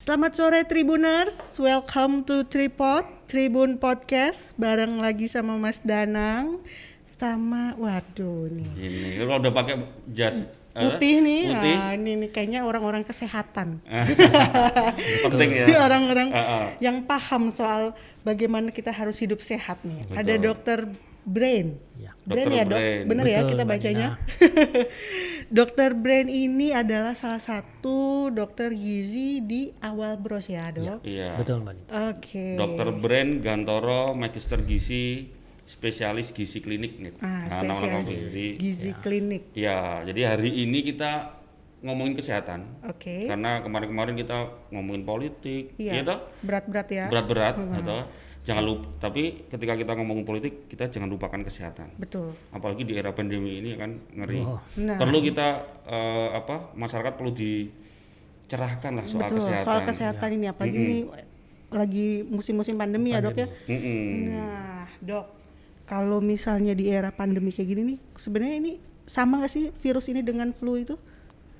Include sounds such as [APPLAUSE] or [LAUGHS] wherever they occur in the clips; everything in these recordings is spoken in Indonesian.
Selamat sore Tribuners, welcome to Tripod, Tribun Podcast Bareng lagi sama Mas Danang Sama, waduh nih Ini kalau udah pakai jas eh, Putih nih, Putih. Eh, ah, ini, nih, kayaknya orang-orang kesehatan penting ya. Ini Orang-orang Ah, ah. yang paham soal bagaimana kita harus hidup sehat nih Ada dokter Brain Ya. Brain Dokter ya dok, Brain. bener ya Betul, kita Mbak bacanya [LAUGHS] Dokter Brain ini adalah salah satu dokter gizi di awal bros ya dok Iya. Betul Mbak Nita. Oke. Dokter Brand Gantoro, Magister Gizi, spesialis gizi klinik nih. Ah, Nah, nama-nama spesialis kamu. Jadi, gizi klinik. ya, jadi hari ini kita ngomongin kesehatan. Oke. Karena kemarin-kemarin kita ngomongin politik, Iya. Kan, iya toh? Berat-berat ya. Berat-berat, ya toh? Jangan lupa, tapi ketika kita ngomongin politik, kita jangan lupakan kesehatan. Betul. Apalagi di era pandemi ini kan ngeri. Oh. Nah. Perlu kita eh, apa? Masyarakat perlu dicerahkan lah soal Betul. kesehatan. iya. Soal kesehatan ini apalagi ini lagi musim-musim pandemi ya, Dok ya. Mm-mm. Nah, Dok, kalau misalnya di era pandemi kayak gini nih, sebenarnya ini sama nggak sih virus ini dengan flu itu?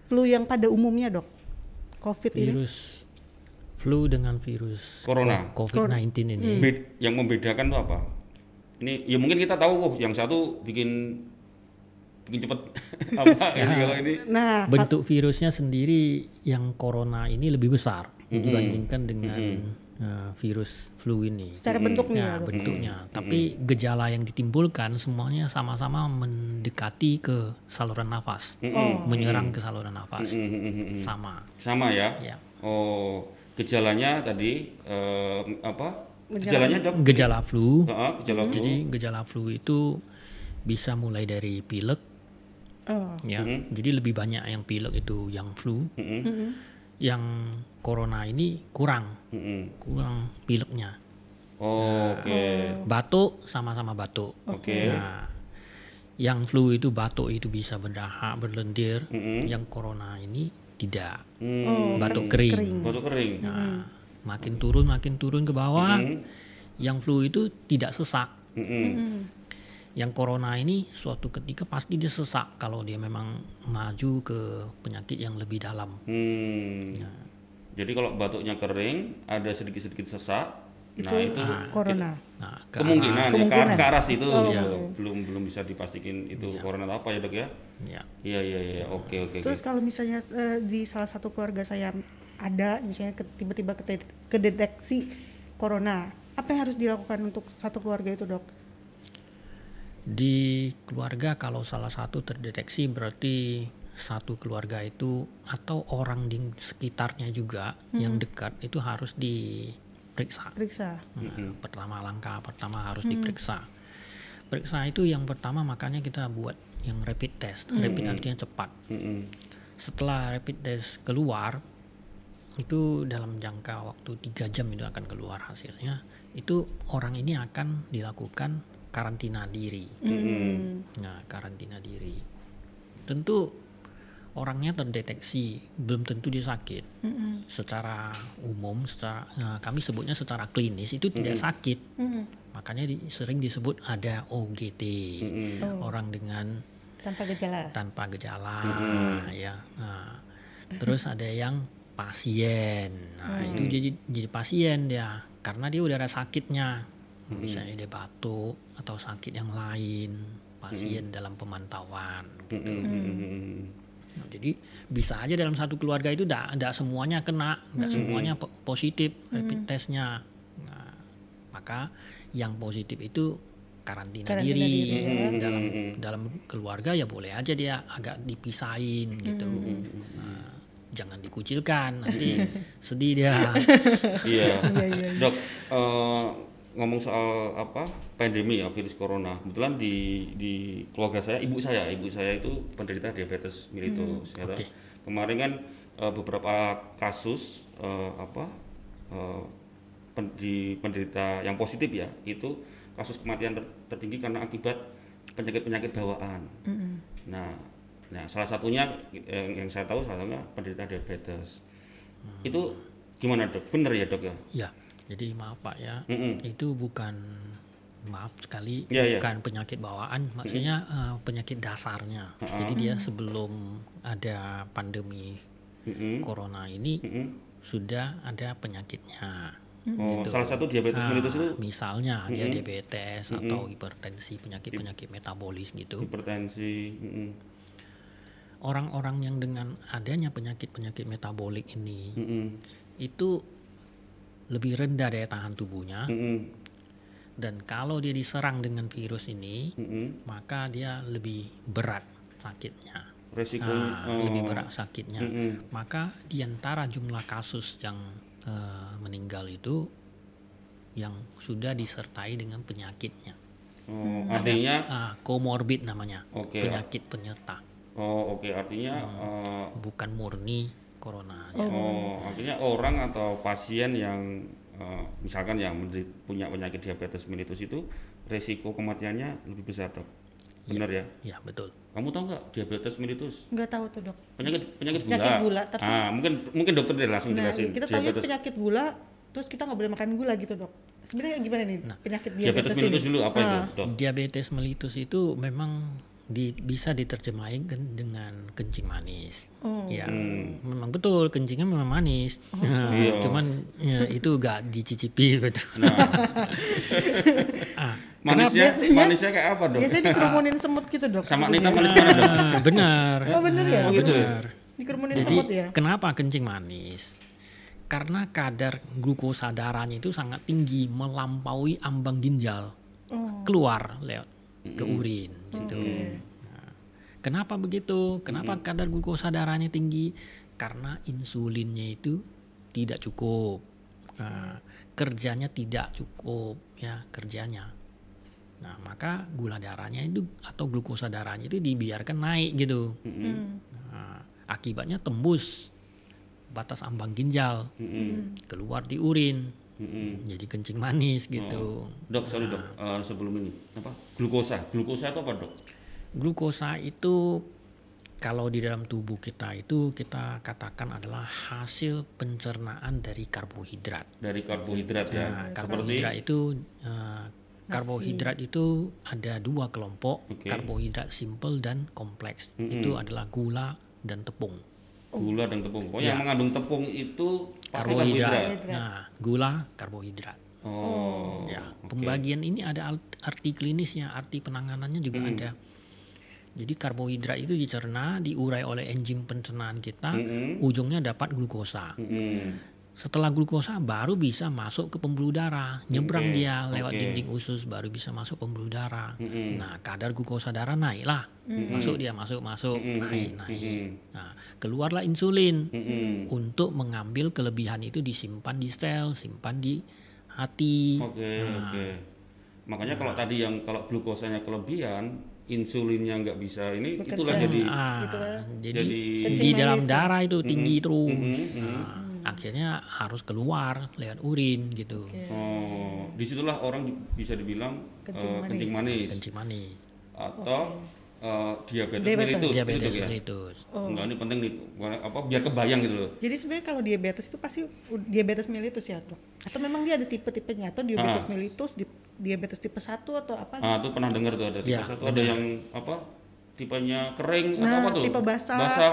Flu yang pada umumnya, Dok. Covid ini. Virus flu dengan virus Corona. COVID-19 ini. Hmm. Bed- yang membedakan tuh apa? Ini ya mungkin kita tahu oh, yang satu bikin bikin cepet [LAUGHS] [LAUGHS] apa ini kalau ini. Nah, ka- Bentuk virusnya sendiri yang corona ini lebih besar dibandingkan dengan eh, virus flu ini. secara bentuknya, Nah, Dok. bentuknya. Tapi gejala yang ditimbulkan semuanya sama-sama mendekati ke saluran nafas, menyerang ke saluran nafas, Hmm. sama. Sama ya. Ya. Oh, gejalanya tadi eh, apa? Gejalanya dok? Gejala flu. Heeh, gejala flu. Jadi gejala flu itu bisa mulai dari pilek, Oh, ya. Jadi lebih banyak yang pilek itu yang flu. Yang corona ini kurang, Mm-mm. kurang pileknya. Oh, Oke. Batuk sama-sama batuk. Oke. Nah, yang flu itu batuk itu bisa berdahak, berlendir. Yang corona ini tidak. Hmm, batuk kering. batuk kering. Nah, makin turun makin turun ke bawah. Yang flu itu tidak sesak. Mm-mm. Yang corona ini suatu ketika pasti dia sesak kalau dia memang maju ke penyakit yang lebih dalam. Hmm. Jadi kalau batuknya kering, ada sedikit-sedikit sesak. Nah itu ah, corona. Nah, ke kemungkinan, ya, ke Kemungkinan. Oh, iya. ke arah situ ya. belum belum bisa dipastikan itu corona atau apa ya dok ya ya. iya iya iya oke oke oke. Terus kalau misalnya eh, di salah satu keluarga saya ada misalnya ke- tiba-tiba kete- kedeteksi corona, apa yang harus dilakukan untuk satu keluarga itu, Dok? Di keluarga kalau salah satu terdeteksi berarti satu keluarga itu atau orang di sekitarnya juga yang dekat itu harus diperiksa. Periksa. Nah, Pertama langkah pertama harus diperiksa. Periksa itu yang pertama makanya kita buat yang rapid test. Rapid artinya cepat. Mm-mm. Setelah rapid test keluar itu dalam jangka waktu tiga jam itu akan keluar hasilnya. Itu orang ini akan dilakukan karantina diri. Nah, karantina diri. Tentu orangnya terdeteksi, belum tentu dia sakit. Secara umum, secara nah, kami sebutnya secara klinis itu tidak sakit. Makanya di- sering disebut ada OGT, orang dengan Tanpa gejala. tanpa gejala, ya. Nah, terus ada yang pasien. Nah, itu jadi jadi pasien dia karena dia udah ada sakitnya. Misalnya dia batuk atau sakit yang lain, pasien dalam pemantauan gitu. Hmm. Mm-mm. Nah, Jadi bisa aja dalam satu keluarga itu tidak semuanya kena, tidak semuanya po- positif rapid testnya. Nah, maka yang positif itu karantina, Karantina diri, ya. Hmm. diri, dalam dalam keluarga ya boleh aja dia agak dipisahin gitu. Nah, jangan dikucilkan nanti sedih [LAUGHS] dia. [LAUGHS] iya dok eh, ngomong soal apa pandemi ya virus corona kebetulan di di keluarga saya ibu saya ibu saya itu penderita diabetes mellitus ya toh. Oke. kemarin kan eh, beberapa kasus eh, apa eh, pen- di penderita yang positif ya itu kasus kematian ter- tertinggi karena akibat penyakit penyakit bawaan Nah, nah salah satunya yang, yang saya tahu salah satunya penderita diabetes. Itu gimana dok? Bener ya dok ya? Ya, jadi maaf Pak ya. Mm-mm. Itu bukan maaf sekali Ya, ya. bukan penyakit bawaan, maksudnya eh, penyakit dasarnya. Jadi dia sebelum ada pandemi Mm-mm. corona ini Mm-mm. sudah ada penyakitnya. Hmm, Oh, gitu. salah satu diabetes Ah. Nah, mellitus itu misalnya dia diabetes atau hipertensi, penyakit-penyakit metabolis Mm. gitu. hipertensi. Mm-mm. Orang-orang yang dengan adanya penyakit-penyakit metabolik ini Mm-mm. itu lebih rendah daya tahan tubuhnya Mm-mm. dan kalau dia diserang dengan virus ini Mm-mm. maka dia lebih berat sakitnya. Resiko Nah, Ah, oh. lebih berat sakitnya. Mm-mm. Maka di antara jumlah kasus yang eh, meninggal itu yang sudah disertai dengan penyakitnya. Hmm, Oh, artinya Ah, komorbid namanya. Oke. Penyakit penyerta, oh oke artinya Hmm. eh, bukan murni corona. Oh, artinya orang atau pasien yang eh, misalkan yang menderi- punya penyakit diabetes mellitus itu resiko kematiannya lebih besar dok. Iya. Benar ya? Ya, betul. Kamu tahu nggak diabetes mellitus? nggak tahu tuh dok Penyakit penyakit gula. Penyakit gula, tapi- Ah, mungkin mungkin dokter deh langsung nah jelasin. kita tahu diabetes penyakit gula terus kita nggak boleh makan gula gitu dok sebenarnya gimana nih penyakit diabetes, Nah, diabetes mellitus ini? dulu apa itu Ah, dok? Diabetes mellitus itu memang di- bisa diterjemahin gen- dengan kencing manis. Oh. Ya, memang betul kencingnya memang manis. Nah, Iya. Cuman ya, itu gak dicicipi gitu. Nah, Ah, manisnya biasanya- manisnya kayak apa dok? Iya biasanya dikerumunin semut gitu dok Sama Biasanya. Nita manis mana dok? Ah, [LAUGHS] benar. Oh, benar ya? Ah, Gitu ya? benar. dikerumunin Jadi semut ya kenapa kencing manis? Karena kadar glukosa darahnya itu sangat tinggi, melampaui ambang ginjal, keluar lewat ke urin gitu. Nah, Kenapa begitu? Kenapa kadar glukosa darahnya tinggi? Karena insulinnya itu tidak cukup, Nah, kerjanya tidak cukup ya kerjanya. Nah maka gula darahnya itu atau glukosa darahnya itu dibiarkan naik gitu. Hmm. Nah, akibatnya tembus batas ambang ginjal, keluar di urin, jadi kencing manis gitu. Dok, sorry dok, Eh, sebelum ini apa? Glukosa, glukosa itu apa dok? Glukosa itu kalau di dalam tubuh kita itu kita katakan adalah hasil pencernaan dari karbohidrat. Dari karbohidrat ya. Nah, Seperti karbohidrat itu eh, karbohidrat itu ada dua kelompok, Oke. karbohidrat simple dan kompleks. Itu adalah gula dan tepung. gula dan tepung. Oh, yang mengandung tepung itu pasti Iya. Karbohidrat. karbohidrat. Nah, gula karbohidrat. Oh, Ya, pembagian ini ada alt- arti klinisnya, arti penanganannya juga Hmm. ada. Jadi karbohidrat itu dicerna, diurai oleh enzim pencernaan kita, Hmm. ujungnya dapat glukosa. Mm-mm. Setelah glukosa baru bisa masuk ke pembuluh darah, nyebrang Oke, dia lewat oke. Hmm. dinding usus baru bisa masuk pembuluh darah. Nah, kadar glukosa darah naiklah. Masuk dia masuk masuk, Hmm. naik naik. Nah, keluarlah insulin Mm-mm. untuk mengambil kelebihan itu disimpan di sel, simpan di hati. Oke, Nah. oke. Makanya kalau tadi yang kalau glukosanya kelebihan, insulinnya nggak bisa ini Bekerja. itulah jadi Ah, gitu lah. jadi, Iya. Jadi- di Kencing dalam manis ya. darah itu tinggi terus. Mm-hmm. Nah, akhirnya harus keluar lewat urin gitu. oh, disitulah orang di- bisa dibilang eh, Kencing kencing, manis. manis Kencing manis. atau eh, diabetes, Diabetes. mellitus Diabetes gitu ya. mellitus. Oh. Enggak, ini penting nih Bukan- apa biar kebayang gitu loh. jadi sebenarnya kalau diabetes itu pasti u- diabetes mellitus ya dok atau memang dia ada tipe-tipenya atau diabetes Ah. mellitus di- diabetes tipe 1 atau apa Ah, tuh pernah dengar tuh ada tipe Ya, satu ada yang apa? Tipenya kering atau Nah, apa tuh? tipe basah. Basah.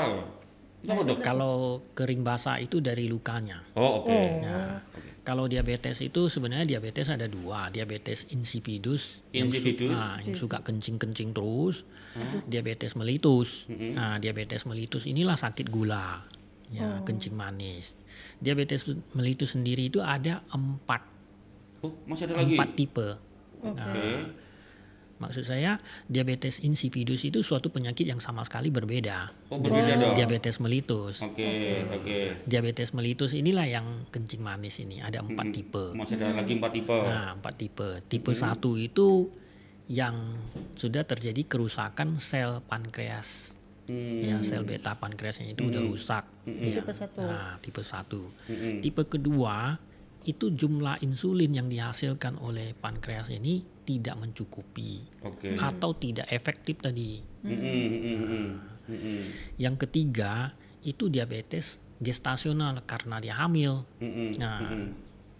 Kenapa, dok? Kalau kering basah itu dari lukanya. Oh, oke. Nah, kalau diabetes itu sebenarnya diabetes ada dua, diabetes insipidus, yang su- Insipidus. ah, yang suka kencing-kencing terus, diabetes melitus. Mm-hmm. Nah, diabetes melitus inilah sakit gula, ya kencing manis. Diabetes melitus sendiri itu ada empat, Oh, masih ada lagi. empat tipe. Nah. Oke. Maksud saya diabetes insipidus itu suatu penyakit yang sama sekali berbeda Oh, berbeda dengan dong. diabetes melitus. Oke, oke. Diabetes melitus inilah yang kencing manis ini ada empat tipe. Masih ada lagi empat tipe. Nah, empat tipe. Tipe satu itu yang sudah terjadi kerusakan sel pankreas. Hmm. Ya, sel beta pankreasnya itu udah rusak. Ya. Tipe satu. Nah, tipe satu. Tipe kedua itu jumlah insulin yang dihasilkan oleh pankreas ini tidak mencukupi Oke. atau tidak efektif tadi. Mm-mm, mm-mm, mm-mm, mm-mm, Yang ketiga itu diabetes gestasional karena dia hamil. mm-mm. Nah,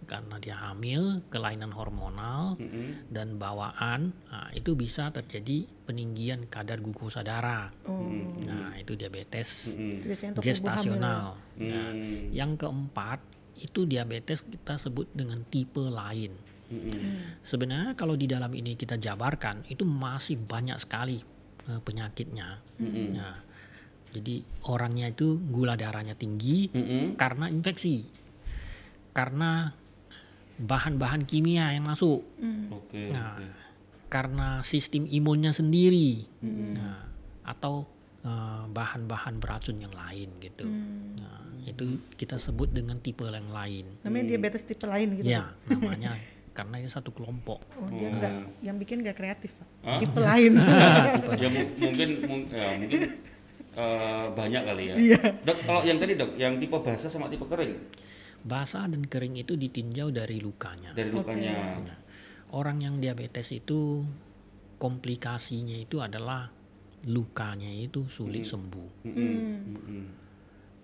karena dia hamil, kelainan hormonal, Mm-mm. dan bawaan, nah, itu bisa terjadi peninggian kadar glukosa darah. Oh, Nah, itu diabetes Mm-mm. itu biasanya untuk ibu hamil. gestasional. Nah, Mm. yang keempat, itu diabetes kita sebut dengan tipe lain. Mm-mm. Mm. Sebenarnya kalau di dalam ini kita jabarkan, itu masih banyak sekali eh, penyakitnya. Nah, jadi orangnya itu gula darahnya tinggi Mm-mm. karena infeksi. Karena bahan-bahan kimia yang masuk. Oke. Nah, oke. karena sistem imunnya sendiri, nah, atau eh, bahan-bahan beracun yang lain gitu. Nah, itu kita sebut dengan tipe yang lain. Namanya diabetes tipe lain Nah, gitu. Hmm. Ya, namanya [LAUGHS] karena ini satu kelompok. Oh, dia nggak, yang bikin nggak kreatif. Pak. Hah? Tipe lain. Ya mu- mungkin mung- ya, mungkin eh, banyak kali ya. Dok, kalau yang tadi dok, yang tipe basah sama tipe kering Basah dan kering itu ditinjau dari lukanya. dari lukanya. Nah, orang yang diabetes itu komplikasinya itu adalah lukanya itu sulit sembuh. Mm-mm.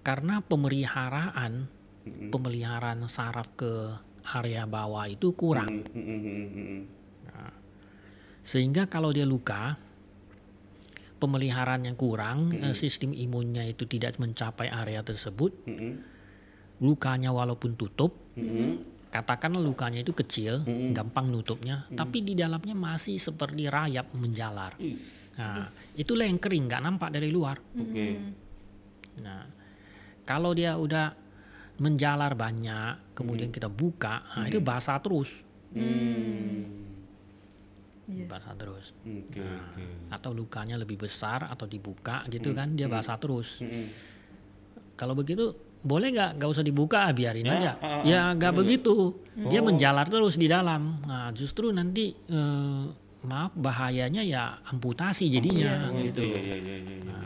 karena pemeliharaan pemeliharaan saraf ke area bawah itu kurang Mm-mm, mm-mm, mm-mm. sehingga kalau dia luka pemeliharaan yang kurang eh, sistem imunnya itu tidak mencapai area tersebut Mm-mm, lukanya walaupun tutup mm-mm. katakanlah lukanya itu kecil gampang nutupnya tapi di dalamnya masih seperti rayap menjalar Ih, nah itulah yang kering nggak nampak dari luar Oke. Nah, kalau dia udah menjalar banyak, kemudian kita buka, nah, itu basah terus, Iya. basah terus. Mm, Hmm. Oke. Oke. Atau lukanya lebih besar atau dibuka gitu kan, dia basah terus. Mm-mm. Kalau begitu boleh nggak nggak usah dibuka biarin Ya, aja ah, ah, ya ah, nggak bener. begitu dia Oh. menjalar terus di dalam nah justru nanti eh, maaf bahayanya ya amputasi jadinya Oh, itu gitu ya, ya, ya, ya, ya.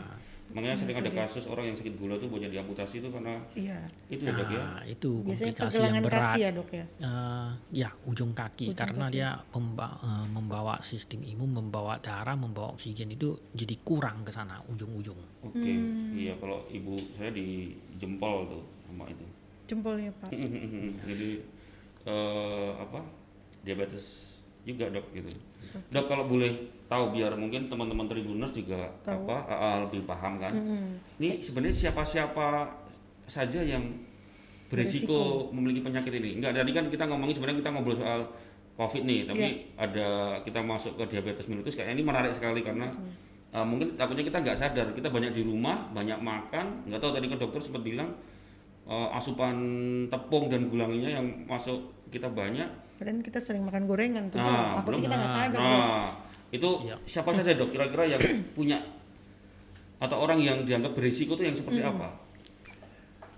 Makanya sering ada kasus orang yang sakit gula tuh banyak diamputasi itu karena Iya. itu ya dok ya. nah itu Biasanya komplikasi yang pergelangan berat kaki ya dok ya. Eh, ya ujung kaki karena dia pemba- eh, membawa sistem imun membawa darah membawa oksigen itu jadi kurang ke sana ujung-ujung Oke. Iya kalau ibu saya di jempol tuh sama itu. Jempolnya pak. Jadi eh, apa diabetes juga dok gitu. Dok kalau boleh tahu biar mungkin teman-teman tribuners juga Tahu. apa ah, ah, lebih paham kan. Ini sebenarnya siapa-siapa saja yang berisiko memiliki penyakit ini. Enggak tadi kan kita ngomongin sebenarnya kita ngobrol soal COVID nih, tapi Iya. ada kita masuk ke diabetes mellitus kayaknya ini menarik sekali karena eh, mungkin takutnya kita nggak sadar kita banyak di rumah banyak makan nggak tahu tadi kan dokter sempat bilang eh, asupan tepung dan gulanya yang masuk kita banyak Padahal kita sering makan gorengan tuh. Nah, Takutnya belum- kita nggak sadar. Dok. Nah, itu Iya. siapa saja dok kira-kira [CLEARS THROAT] yang punya atau orang yang dianggap berisiko itu yang seperti apa?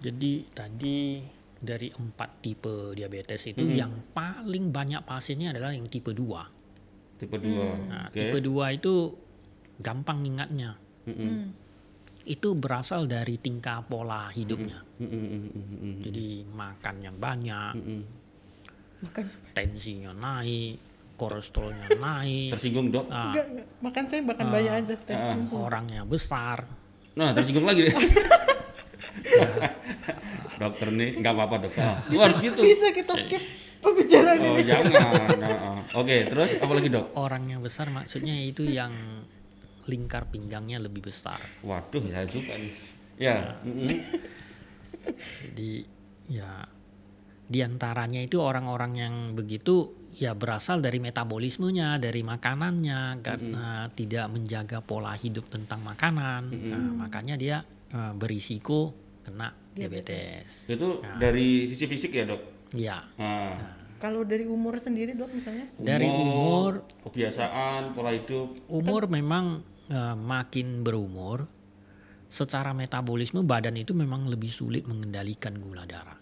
jadi tadi dari empat tipe diabetes itu yang paling banyak pasiennya adalah yang tipe 2 Tipe 2. nah, Oke. tipe 2 itu gampang ingatnya Mm-mm. itu berasal dari tingkah pola hidupnya Mm-mm, mm-mm, mm-mm. jadi makan yang banyak Mm-mm. Makan Ah. tensinya naik kolesterolnya naik Tersinggung dok. Ah. Enggak, enggak. makan saya makan banyak aja. tensi. orangnya besar Nah tersinggung lagi deh. [LAUGHS] Dokter nih nggak apa-apa dok. Ah, lu harus gitu. Bisa kita skip pembicaraan Oh ini. jangan. Nah, ah. Oke terus apa lagi dok? orangnya besar maksudnya itu yang lingkar pinggangnya lebih besar. Waduh saya suka nih. Ya. mm-mm. Jadi ya diantaranya itu orang-orang yang begitu ya berasal dari metabolismenya, dari makanannya karena tidak menjaga pola hidup tentang makanan, Nah, makanya dia eh, berisiko kena diabetes. Itu dari sisi fisik ya dok. Ya Nah. Kalau dari umur sendiri dok misalnya. dari umur kebiasaan pola hidup umur memang eh, makin berumur secara metabolisme badan itu memang lebih sulit mengendalikan gula darah.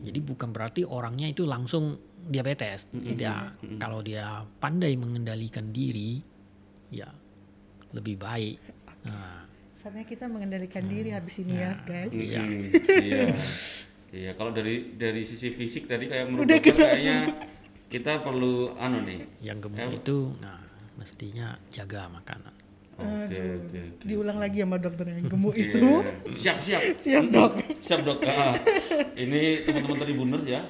Jadi bukan berarti orangnya itu langsung diabetes. Tidak. Kalau dia pandai mengendalikan diri ya lebih baik. Nah, Saatnya kita mengendalikan Hmm. diri habis ini ya guys. iya iya iya kalau dari dari sisi fisik tadi kayak menurut Udah dokter kena kayaknya kita perlu anu nih yang gemuk itu nah mestinya jaga makanan. oke Oke, Aduh. oke, oke. Diulang lagi sama dokter yang gemuk Oke. itu. Siap, siap. Siap dok. Siap, Dok. Ah, ini teman-teman Tribuners ya.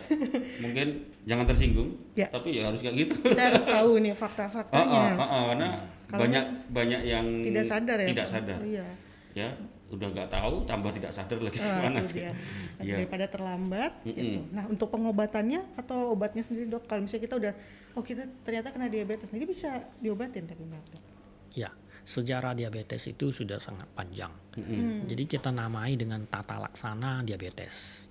Mungkin jangan tersinggung, Ya. tapi ya harus [LAUGHS] kayak gitu. Kita harus tahu nih Ah, ah, fakta-faktanya. ah, ah, karena Kalau banyak banyak yang Tidak sadar ya. Tidak sadar. [LAUGHS] Iya. Ya, udah nggak tahu tambah tidak sadar lagi Ah, gimana. itu dia. Iya. Daripada terlambat Mm-mm. gitu. Nah, untuk pengobatannya atau obatnya sendiri dok, kalau misalnya kita udah oh kita ternyata kena diabetes, jadi bisa diobatin tapi Mbak, dok. Ya, sejarah diabetes itu sudah sangat panjang. Mm-mm. Jadi kita namai dengan tata laksana diabetes.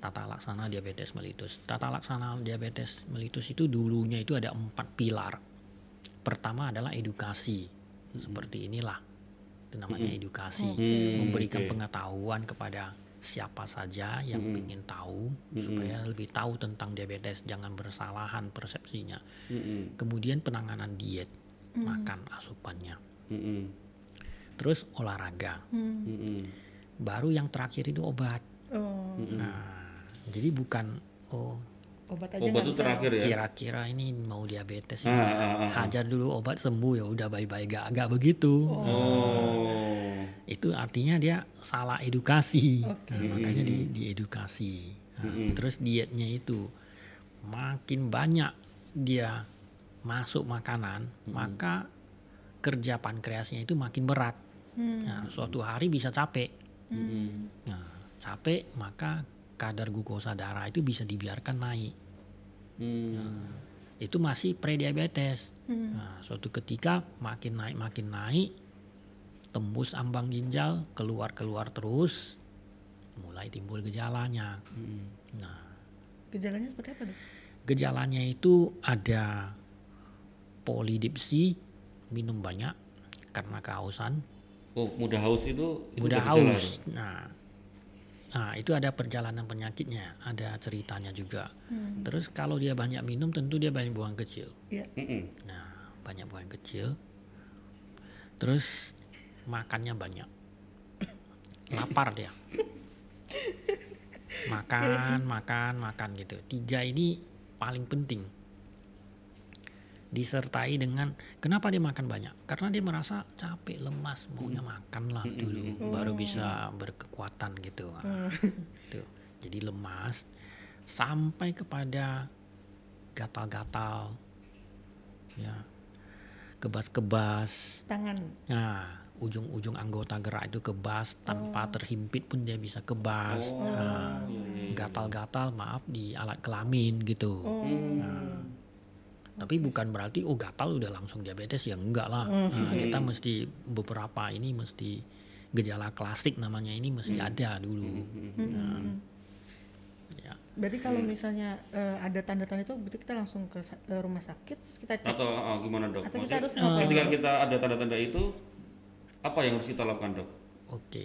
Tata laksana diabetes melitus. Tata laksana diabetes melitus itu dulunya itu ada empat pilar. Pertama adalah edukasi. Seperti inilah, itu namanya edukasi. Hmm, Memberikan oke. pengetahuan kepada siapa saja yang ingin tahu supaya lebih tahu tentang diabetes, jangan bersalahan persepsinya. Mm-mm. Kemudian penanganan diet, makan asupannya. Mm-mm. Terus olahraga. Mm-mm. Baru yang terakhir itu obat. Oh, Hmm. Nah, jadi bukan oh obat aja nggak Obat itu bisa, terakhir Iya. ya. kira-kira ini mau Ah, diabetes ini ah, ah, ah. hajar dulu obat sembuh ya udah bye-bye gak agak begitu. Oh. Itu artinya dia salah edukasi. Oke. Nah, makanya di diedukasi. Nah, Hmm. Terus dietnya itu makin banyak dia masuk makanan, Hmm. maka kerja pankreasnya itu makin berat. Nah, suatu hari bisa capek. Hmm. Mm-mm. Nah, capek maka kadar glukosa darah itu bisa dibiarkan naik. Mm. Itu masih prediabetes. Nah, suatu ketika makin naik makin naik tembus ambang ginjal, keluar-keluar terus mulai timbul gejalanya. Nah, Gejalanya seperti apa dok? gejalanya itu ada polidipsi, minum banyak karena kehausan, Oh, mudah haus itu itu mudah udah gejala. haus. Nah, nah itu ada perjalanan penyakitnya, ada ceritanya juga. Terus kalau dia banyak minum, tentu dia banyak buang kecil. Iya. Mm-mm. Nah, banyak buang kecil. Terus makannya banyak. Lapar dia. Makan, makan, makan gitu. Tiga ini paling penting. Disertai dengan kenapa dia makan banyak? Karena dia merasa capek, lemas, maunya makan lah dulu baru bisa berkekuatan gitu. Nah, gitu. Jadi lemas sampai kepada gatal-gatal ya kebas-kebas Tangan. nah ujung-ujung anggota gerak itu kebas tanpa terhimpit pun dia bisa kebas Oh, Nah, iya, iya, iya. gatal-gatal maaf di alat kelamin Hmm. gitu Oh. Nah, tapi bukan berarti oh gatal udah langsung diabetes ya enggak lah Nah, kita mesti beberapa ini mesti gejala klasik namanya ini mesti ada dulu Hmm. hmm, nah. ya Berarti kalau misalnya eh, ada tanda-tanda itu, berarti kita langsung ke sa- eh, rumah sakit terus kita cek. Atau ah, gimana, Dok? Atau kita Maksudnya, harus ngapain? ketika kita ada tanda-tanda itu apa yang harus kita lakukan, Dok? Oke,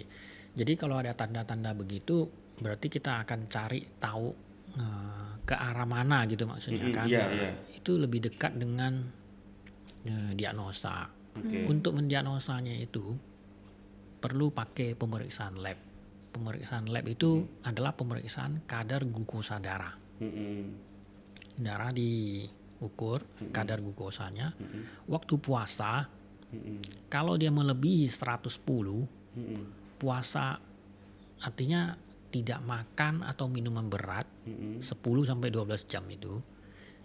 jadi kalau ada tanda-tanda begitu, berarti kita akan cari tahu eh, ke arah mana gitu maksudnya Mm-mm, kan? iya, iya. Itu lebih dekat dengan eh, diagnosa. Oke. Untuk mendiagnosanya itu perlu pakai pemeriksaan lab. Pemeriksaan lab itu adalah pemeriksaan kadar glukosa darah. Hmm. Mm-mm. Darah diukur kadar glukosanya. Waktu puasa, Mm-mm. kalau dia melebihi 110, Mm-mm. puasa artinya tidak makan atau minuman berat Mm-mm. 10 sampai 12 jam itu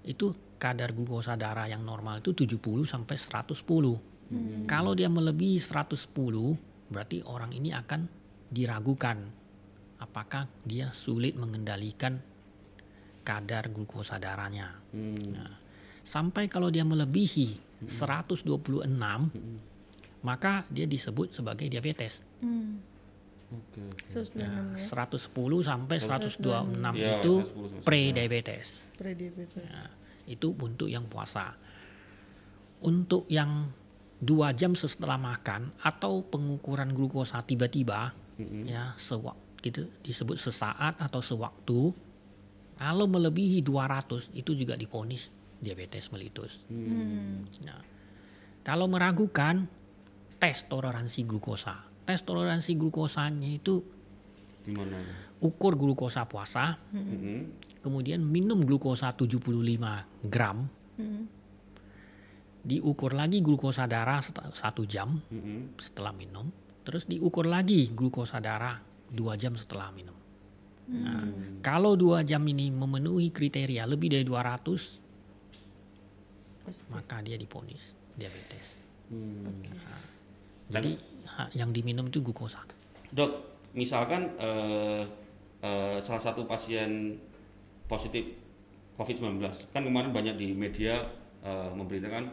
itu kadar glukosa darah yang normal itu 70 sampai 110. Kalau dia melebihi 110 berarti orang ini akan diragukan apakah dia sulit mengendalikan kadar glukosa darahnya. Mm. Nah, sampai kalau dia melebihi 126 maka dia disebut sebagai diabetes. Hmm. Oke. Terus Ya, minum ya. 110 sampai 126 Ya, itu 110. pre-diabetes. Prediabetes. Ya. Nah, itu untuk yang puasa. Untuk yang dua jam setelah makan atau pengukuran glukosa tiba-tiba, ya sewaktu gitu disebut sesaat atau sewaktu, kalau melebihi 200 itu juga diponis diabetes melitus. Nah, kalau meragukan tes toleransi glukosa. Tes toleransi glukosanya itu Gimana? ukur glukosa puasa, Hmm. Mm-mm. kemudian minum glukosa 75 gram, diukur lagi glukosa darah set- satu jam Mm-mm. setelah minum, terus diukur lagi glukosa darah dua jam setelah minum. Nah, kalau dua jam ini memenuhi kriteria lebih dari 200, maka dia diponis diabetes. Nah, Hmm. Jadi ha- yang diminum itu glukosa. Dok, misalkan eh, eh, salah satu pasien positif COVID-19, kan kemarin banyak di media eh, memberitakan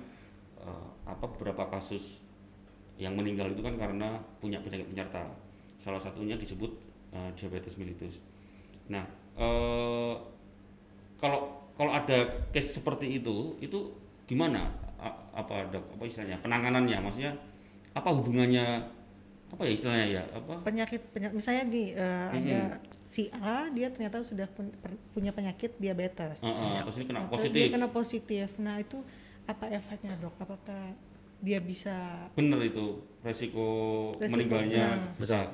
eh, apa beberapa kasus yang meninggal itu kan karena punya penyakit penyerta. Salah satunya disebut eh, diabetes mellitus. Nah, eh, kalau kalau ada case seperti itu, itu gimana? A- apa dok? Apa istilahnya? Penanganannya, maksudnya apa hubungannya? Apa ya istilahnya ya? Apa? penyakit penyakit misalnya di eh, Hmm. ada si A dia ternyata sudah pun- per- punya penyakit diabetes Heeh, terus ini Ya. kena Atau positif. dia kena positif nah itu apa efeknya dok apakah dia bisa Bener itu resiko, Resiko, meninggalnya nah. besar.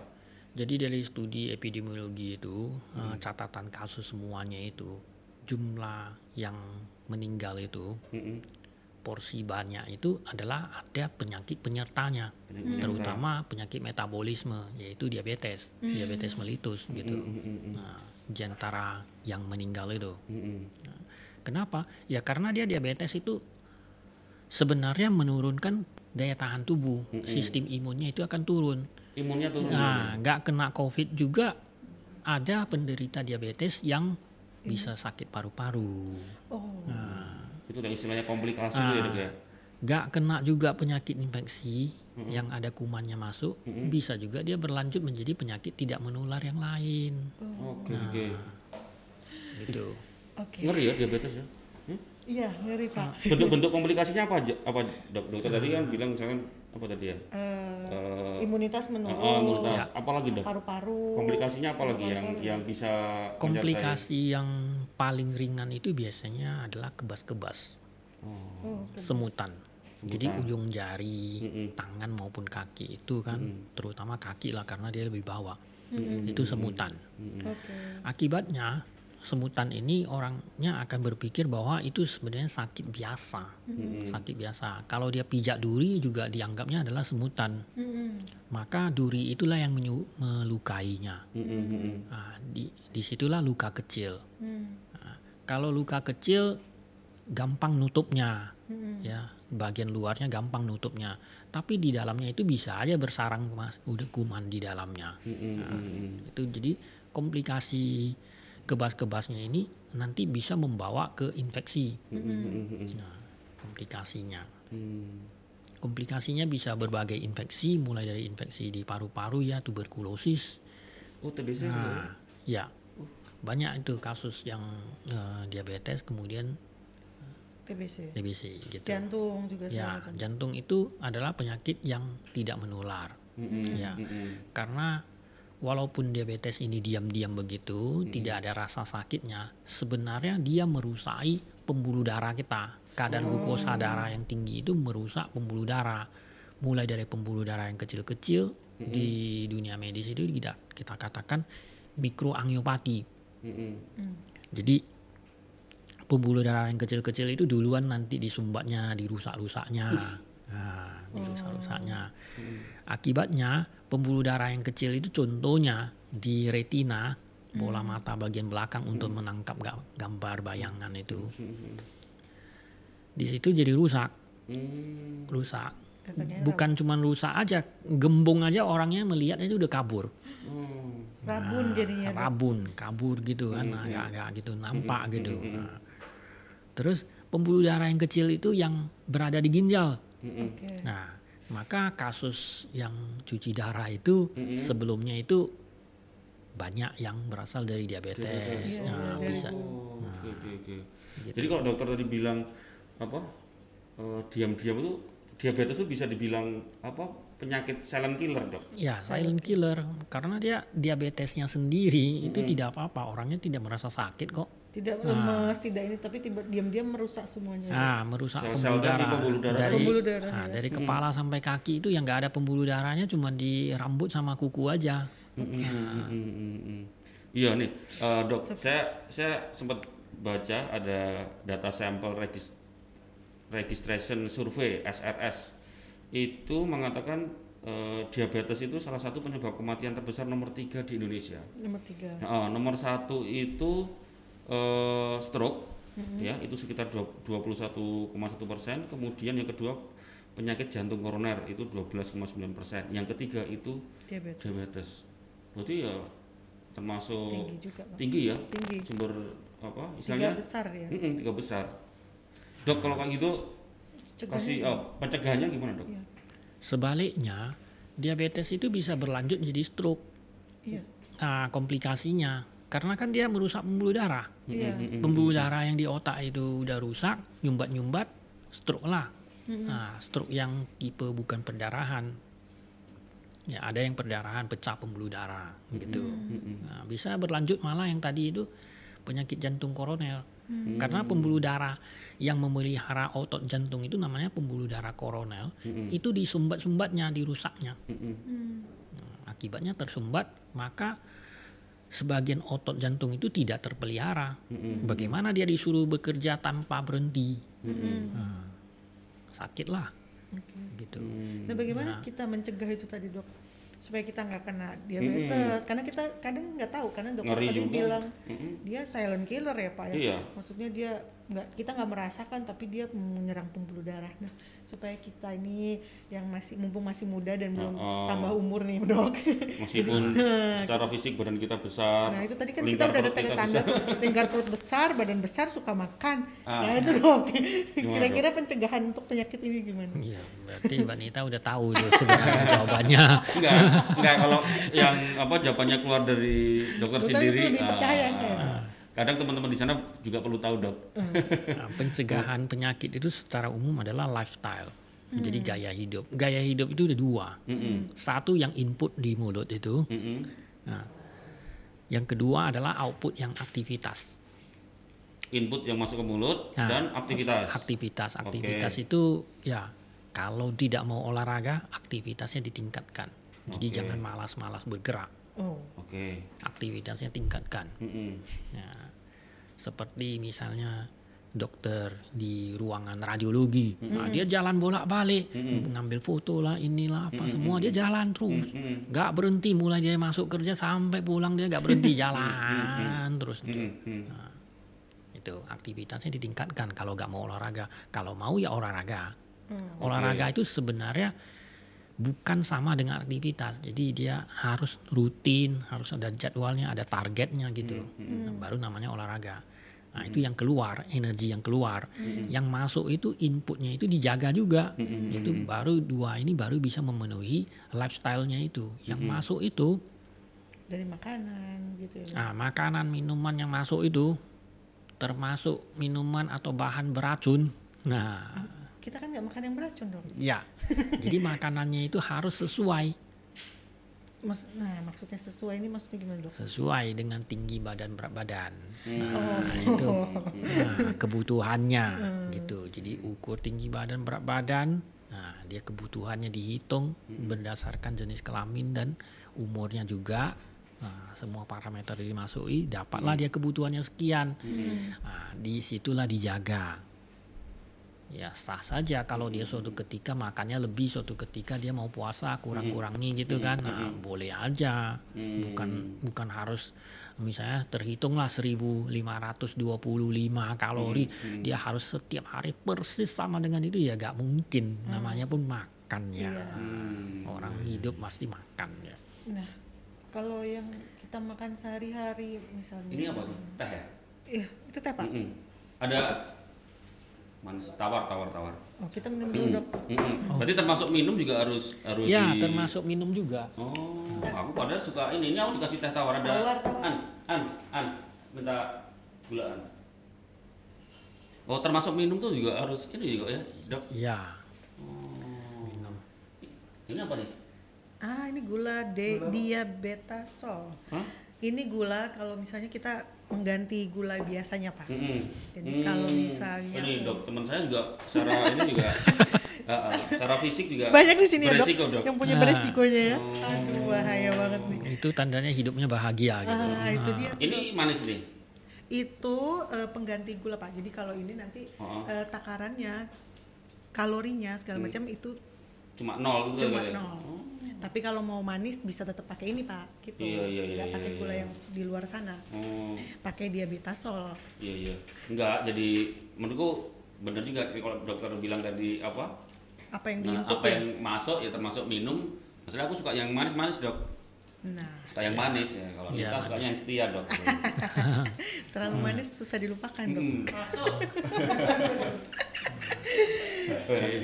Jadi dari studi epidemiologi itu Hmm. eh, catatan kasus semuanya itu jumlah yang meninggal itu Mm-mm. porsi banyak itu adalah ada penyakit penyertanya Penyakit penyerta. terutama penyakit metabolisme yaitu diabetes Hmm. diabetes melitus gitu nah, di antara yang meninggal itu Mm-mm. kenapa ya karena dia diabetes itu sebenarnya menurunkan daya tahan tubuh Hmm, sistem imunnya itu akan turun Imunnya turun. Nah, nggak kena COVID juga ada penderita diabetes yang bisa sakit paru-paru. oh Nah. Itu udah istilahnya komplikasi Ah. itu ya dok ya. Nggak kena juga penyakit infeksi yang ada kumannya masuk, bisa juga dia berlanjut menjadi penyakit tidak menular yang lain. Nah. Oh, Oke oke. Gitu. oke Ngeri ya diabetes ya. Hmm? iya ngeri pak Nah. Bentuk-bentuk komplikasinya apa aja? Apa dok? Dokter tadi kan bilang misalkan apa tadi ya? Eh, Eh, imunitas menurun ah, Ya. imunitas. Apalagi dok? paru-paru Komplikasinya apalagi yang yang bisa menyertai? Komplikasi yang paling ringan itu biasanya adalah kebas-kebas, Oh, semutan. Jadi Semutan. ujung jari, tangan maupun kaki itu kan, terutama kaki lah karena dia lebih bawah. Itu semutan. oke Akibatnya, semutan ini orangnya akan berpikir bahwa itu sebenarnya sakit biasa. Sakit biasa. Kalau dia pijak duri juga dianggapnya adalah semutan. Mm-mm. Maka duri itulah yang menyu- melukainya. Mm-mm, mm-mm. Nah, di disitulah luka kecil. Mm. Nah, kalau luka kecil gampang nutupnya. Ya, bagian luarnya gampang nutupnya. Tapi di dalamnya itu bisa aja bersarang mas, udah kuman di dalamnya Ah, Mm-mm, mm-mm. itu jadi komplikasi kebas-kebasnya ini nanti bisa membawa ke infeksi Mm-mm, mm-mm, mm-mm. nah, komplikasinya Hmm. komplikasinya bisa berbagai infeksi mulai dari infeksi di paru-paru ya tuberkulosis Oh TBC juga ya? nah ya banyak itu kasus yang eh, diabetes kemudian TBC DBC gitu jantung juga ya sama kan? jantung itu adalah penyakit yang tidak menular Mm-mm, Ya. mm-mm. karena walaupun diabetes ini diam-diam begitu, tidak ada rasa sakitnya, sebenarnya dia merusai pembuluh darah kita. Kadar glukosa darah yang tinggi itu merusak pembuluh darah. Mulai dari pembuluh darah yang kecil-kecil di dunia medis itu kita, kita katakan mikroangiopati. Mm-mm. Jadi pembuluh darah yang kecil-kecil itu duluan nanti disumbatnya, dirusak-rusaknya. Nah, dirusak-rusaknya. Akibatnya pembuluh darah yang kecil itu contohnya di retina, bola Hmm. mata bagian belakang untuk menangkap ga- gambar bayangan itu. Di situ jadi rusak, Hmm. rusak. Efeknya Bukan cuman rusak aja, gembong aja orangnya melihatnya itu udah kabur. Nah, Oh. rabun jadinya kan? Hmm. dok. rabun kabur gitu kan agak agak gitu nampak Hmm. gitu Nah, terus pembuluh darah yang kecil itu yang berada di ginjal oke nah maka kasus yang cuci darah itu sebelumnya itu banyak yang berasal dari diabetes Diabetes. Iya, nah, bisa Oh, oke oke oke. Gitu. Jadi kalau dokter tadi bilang apa eh, diam-diam itu diabetes itu bisa dibilang apa penyakit silent killer dok? ya silent killer karena dia diabetesnya sendiri itu tidak apa-apa orangnya tidak merasa sakit kok tidak lemes tidak ini tapi tiba diam-diam merusak semuanya Nah, merusak Sel-sel pembuluh tadi darah. pembuluh darah. Dari, Iya. Pembuluh darah, nah, dari kepala sampai kaki itu yang nggak ada pembuluh darahnya cuma di rambut sama kuku aja. Mm, mm, mm, mm, mm. Iya nih eh, dok, saya saya sempat baca ada data sampel regis- Registration Survey SRS itu mengatakan eh, diabetes itu salah satu penyebab kematian terbesar nomor tiga di Indonesia. nomor tiga Nah, eh, nomor satu itu eh, stroke, Mm-hmm. ya itu sekitar 20- 21,1 persen. Kemudian yang kedua penyakit jantung koroner itu 12,9 persen. Yang ketiga itu diabetes diabetes. Berarti ya termasuk tinggi juga Pak. tinggi ya tinggi sumber apa tiga istilahnya Hmm? besar ya Mm-mm, tiga besar. Dok kalau kayak gitu Cegahnya- kasih eh, pencegahannya gimana dok? Iya. Sebaliknya, diabetes itu bisa berlanjut jadi stroke. Iya. Nah, komplikasinya karena kan dia merusak pembuluh darah. Hmm, Iya. Mm-mm, mm-mm. Pembuluh darah yang di otak itu udah rusak, nyumbat-nyumbat, stroke lah. Nah, stroke yang tipe bukan perdarahan. Ya, ada yang perdarahan pecah pembuluh darah gitu. Mm-mm. Nah, bisa berlanjut malah yang tadi itu penyakit jantung koroner. Karena pembuluh darah yang memelihara otot jantung itu namanya pembuluh darah koronel, Hmm. itu disumbat-sumbatnya, dirusaknya. Mm-mm. Hmm. Nah, Akibatnya tersumbat, maka sebagian otot jantung itu tidak terpelihara. Bagaimana dia disuruh bekerja tanpa berhenti? Hmm, Hmm. Nah, sakitlah. Gitu. Nah, bagaimana kita mencegah itu tadi, Dok? Supaya kita nggak kena diabetes. Karena kita kadang nggak tahu karena dokter Hmm, Ngeri tadi juga. bilang Mm-mm. dia silent killer ya, Pak ya. Iya. Maksudnya dia nggak kita nggak merasakan tapi dia menyerang pembuluh darah. Nah, supaya kita ini yang masih mumpung masih muda dan belum Uh-uh. tambah umur nih, [LAUGHS] Dok. Meskipun secara fisik badan kita besar, Nah, itu tadi kan kita lingkar udah ada perut kita tanda-tanda besar. tuh, lingkar perut besar, badan besar, suka makan. Ah. Nah, itu, Dok. [LAUGHS] Dok? Hmm. Kira-kira pencegahan untuk penyakit ini gimana? Iya, berarti Mbak Nita udah tahu itu sebenarnya jawabannya. Enggak, enggak kalau yang apa jawabannya keluar dari Dokter dokter itu sendiri. ah, lebih percaya saya. Kadang teman-teman di sana juga perlu tahu dok. Nah, pencegahan penyakit itu secara umum adalah lifestyle. Jadi gaya hidup. Gaya hidup itu ada dua. Satu yang input di mulut itu. Mm-mm. Nah, yang kedua adalah output yang aktivitas. Input yang masuk ke mulut Nah, dan aktivitas. Aktivitas, Oke. aktivitas itu ya kalau tidak mau olahraga, aktivitasnya ditingkatkan. Jadi Oke. jangan malas-malas bergerak, Oh. Oke. aktivitasnya tingkatkan. Mm-mm. Nah, seperti misalnya dokter di ruangan radiologi, nah, dia jalan bolak-balik, ngambil foto lah, inilah apa semua dia jalan terus, Mm-mm. nggak berhenti mulai dia masuk kerja sampai pulang dia [LAUGHS] nggak berhenti jalan terus Mm-mm. itu aktivitasnya ditingkatkan kalau nggak mau olahraga, kalau mau ya olahraga, olahraga itu sebenarnya bukan sama dengan aktivitas, jadi dia harus rutin, harus ada jadwalnya, ada targetnya gitu, Nah, baru namanya olahraga. Nah itu yang keluar, energi yang keluar, yang masuk itu inputnya itu dijaga juga, itu baru dua ini baru bisa memenuhi lifestyle-nya itu, yang masuk itu Dari makanan gitu ya. Dok? Nah, makanan minuman yang masuk itu termasuk minuman atau bahan beracun. Nah, Kita kan nggak makan yang beracun, Dok. ya. Jadi makanannya itu harus sesuai, Mas- nah, maksudnya sesuai ini maksudnya gimana dok? sesuai dengan tinggi badan berat badan. Hmm, Oh. Ah, Nah, itu nah, kebutuhannya gitu. Jadi ukur tinggi badan berat badan. Nah, dia kebutuhannya dihitung berdasarkan jenis kelamin dan umurnya juga. Nah, semua parameter dimasuki, dapatlah dia kebutuhannya sekian. Nah, disitulah dijaga. Ya sah saja kalau dia suatu ketika makannya lebih, suatu ketika dia mau puasa kurang-kurangi gitu kan, nah, boleh aja. Bukan bukan harus misalnya terhitunglah 1525 kalori, dia harus setiap hari persis sama dengan itu ya gak mungkin. Namanya pun makan ya. Hmm. Iya. Hmm. Oh. Orang hidup pasti makan ya. Nah, kalau yang kita makan sehari-hari misalnya. Ini apa tuh? Teh ya. Iya, itu teh pak. Mm-mm. Ada manis tawar tawar tawar. Oh, kita minum dulu dok. Mm-mm. Berarti termasuk minum juga harus harus Ya di- termasuk minum juga. Oh, aku padahal suka ini. Ini aku dikasih teh tawar ada. Tawar, tawar. An, an, an. Minta gula an. Oh, termasuk minum tuh juga harus ini juga ya, Dok. Oh. Ya. Ini apa nih? Ah, ini gula de diabetasol. Hah? Ini gula kalau misalnya kita mengganti gula biasanya pak. Mm-mm. Mm. Jadi kalau misalnya- ini Dok, teman saya juga secara [LAUGHS] ini juga eh, eh, secara fisik juga Banyak di sini ya dok, beresiko, Dok. yang punya Nah. beresikonya ya. Aduh bahaya banget nih. Itu tandanya hidupnya bahagia gitu. Ah, itu dia. Ini manis nih. Itu eh, pengganti gula pak. Jadi kalau ini nanti Oh. eh, takarannya kalorinya segala macam itu Cuma nol gitu cuma kali ya? nol. Tapi kalau mau manis bisa tetap pakai ini pak, gitu. Iya, iya, iya, Nggak iya, pakai iya, gula iya. yang di luar sana, Oh, pakai diabetasol. iya iya. Enggak, jadi menurutku bener juga kalau dokter bilang tadi apa? Apa yang Nah, diinput apa ya? yang masuk ya termasuk minum. Maksudnya aku suka yang manis-manis, Dok. Nah, Suka yang manis ya. Kalau Iya, kita sukanya yang setia, [LAUGHS] Dok. terlalu manis susah dilupakan dok. [LAUGHS] Hmm.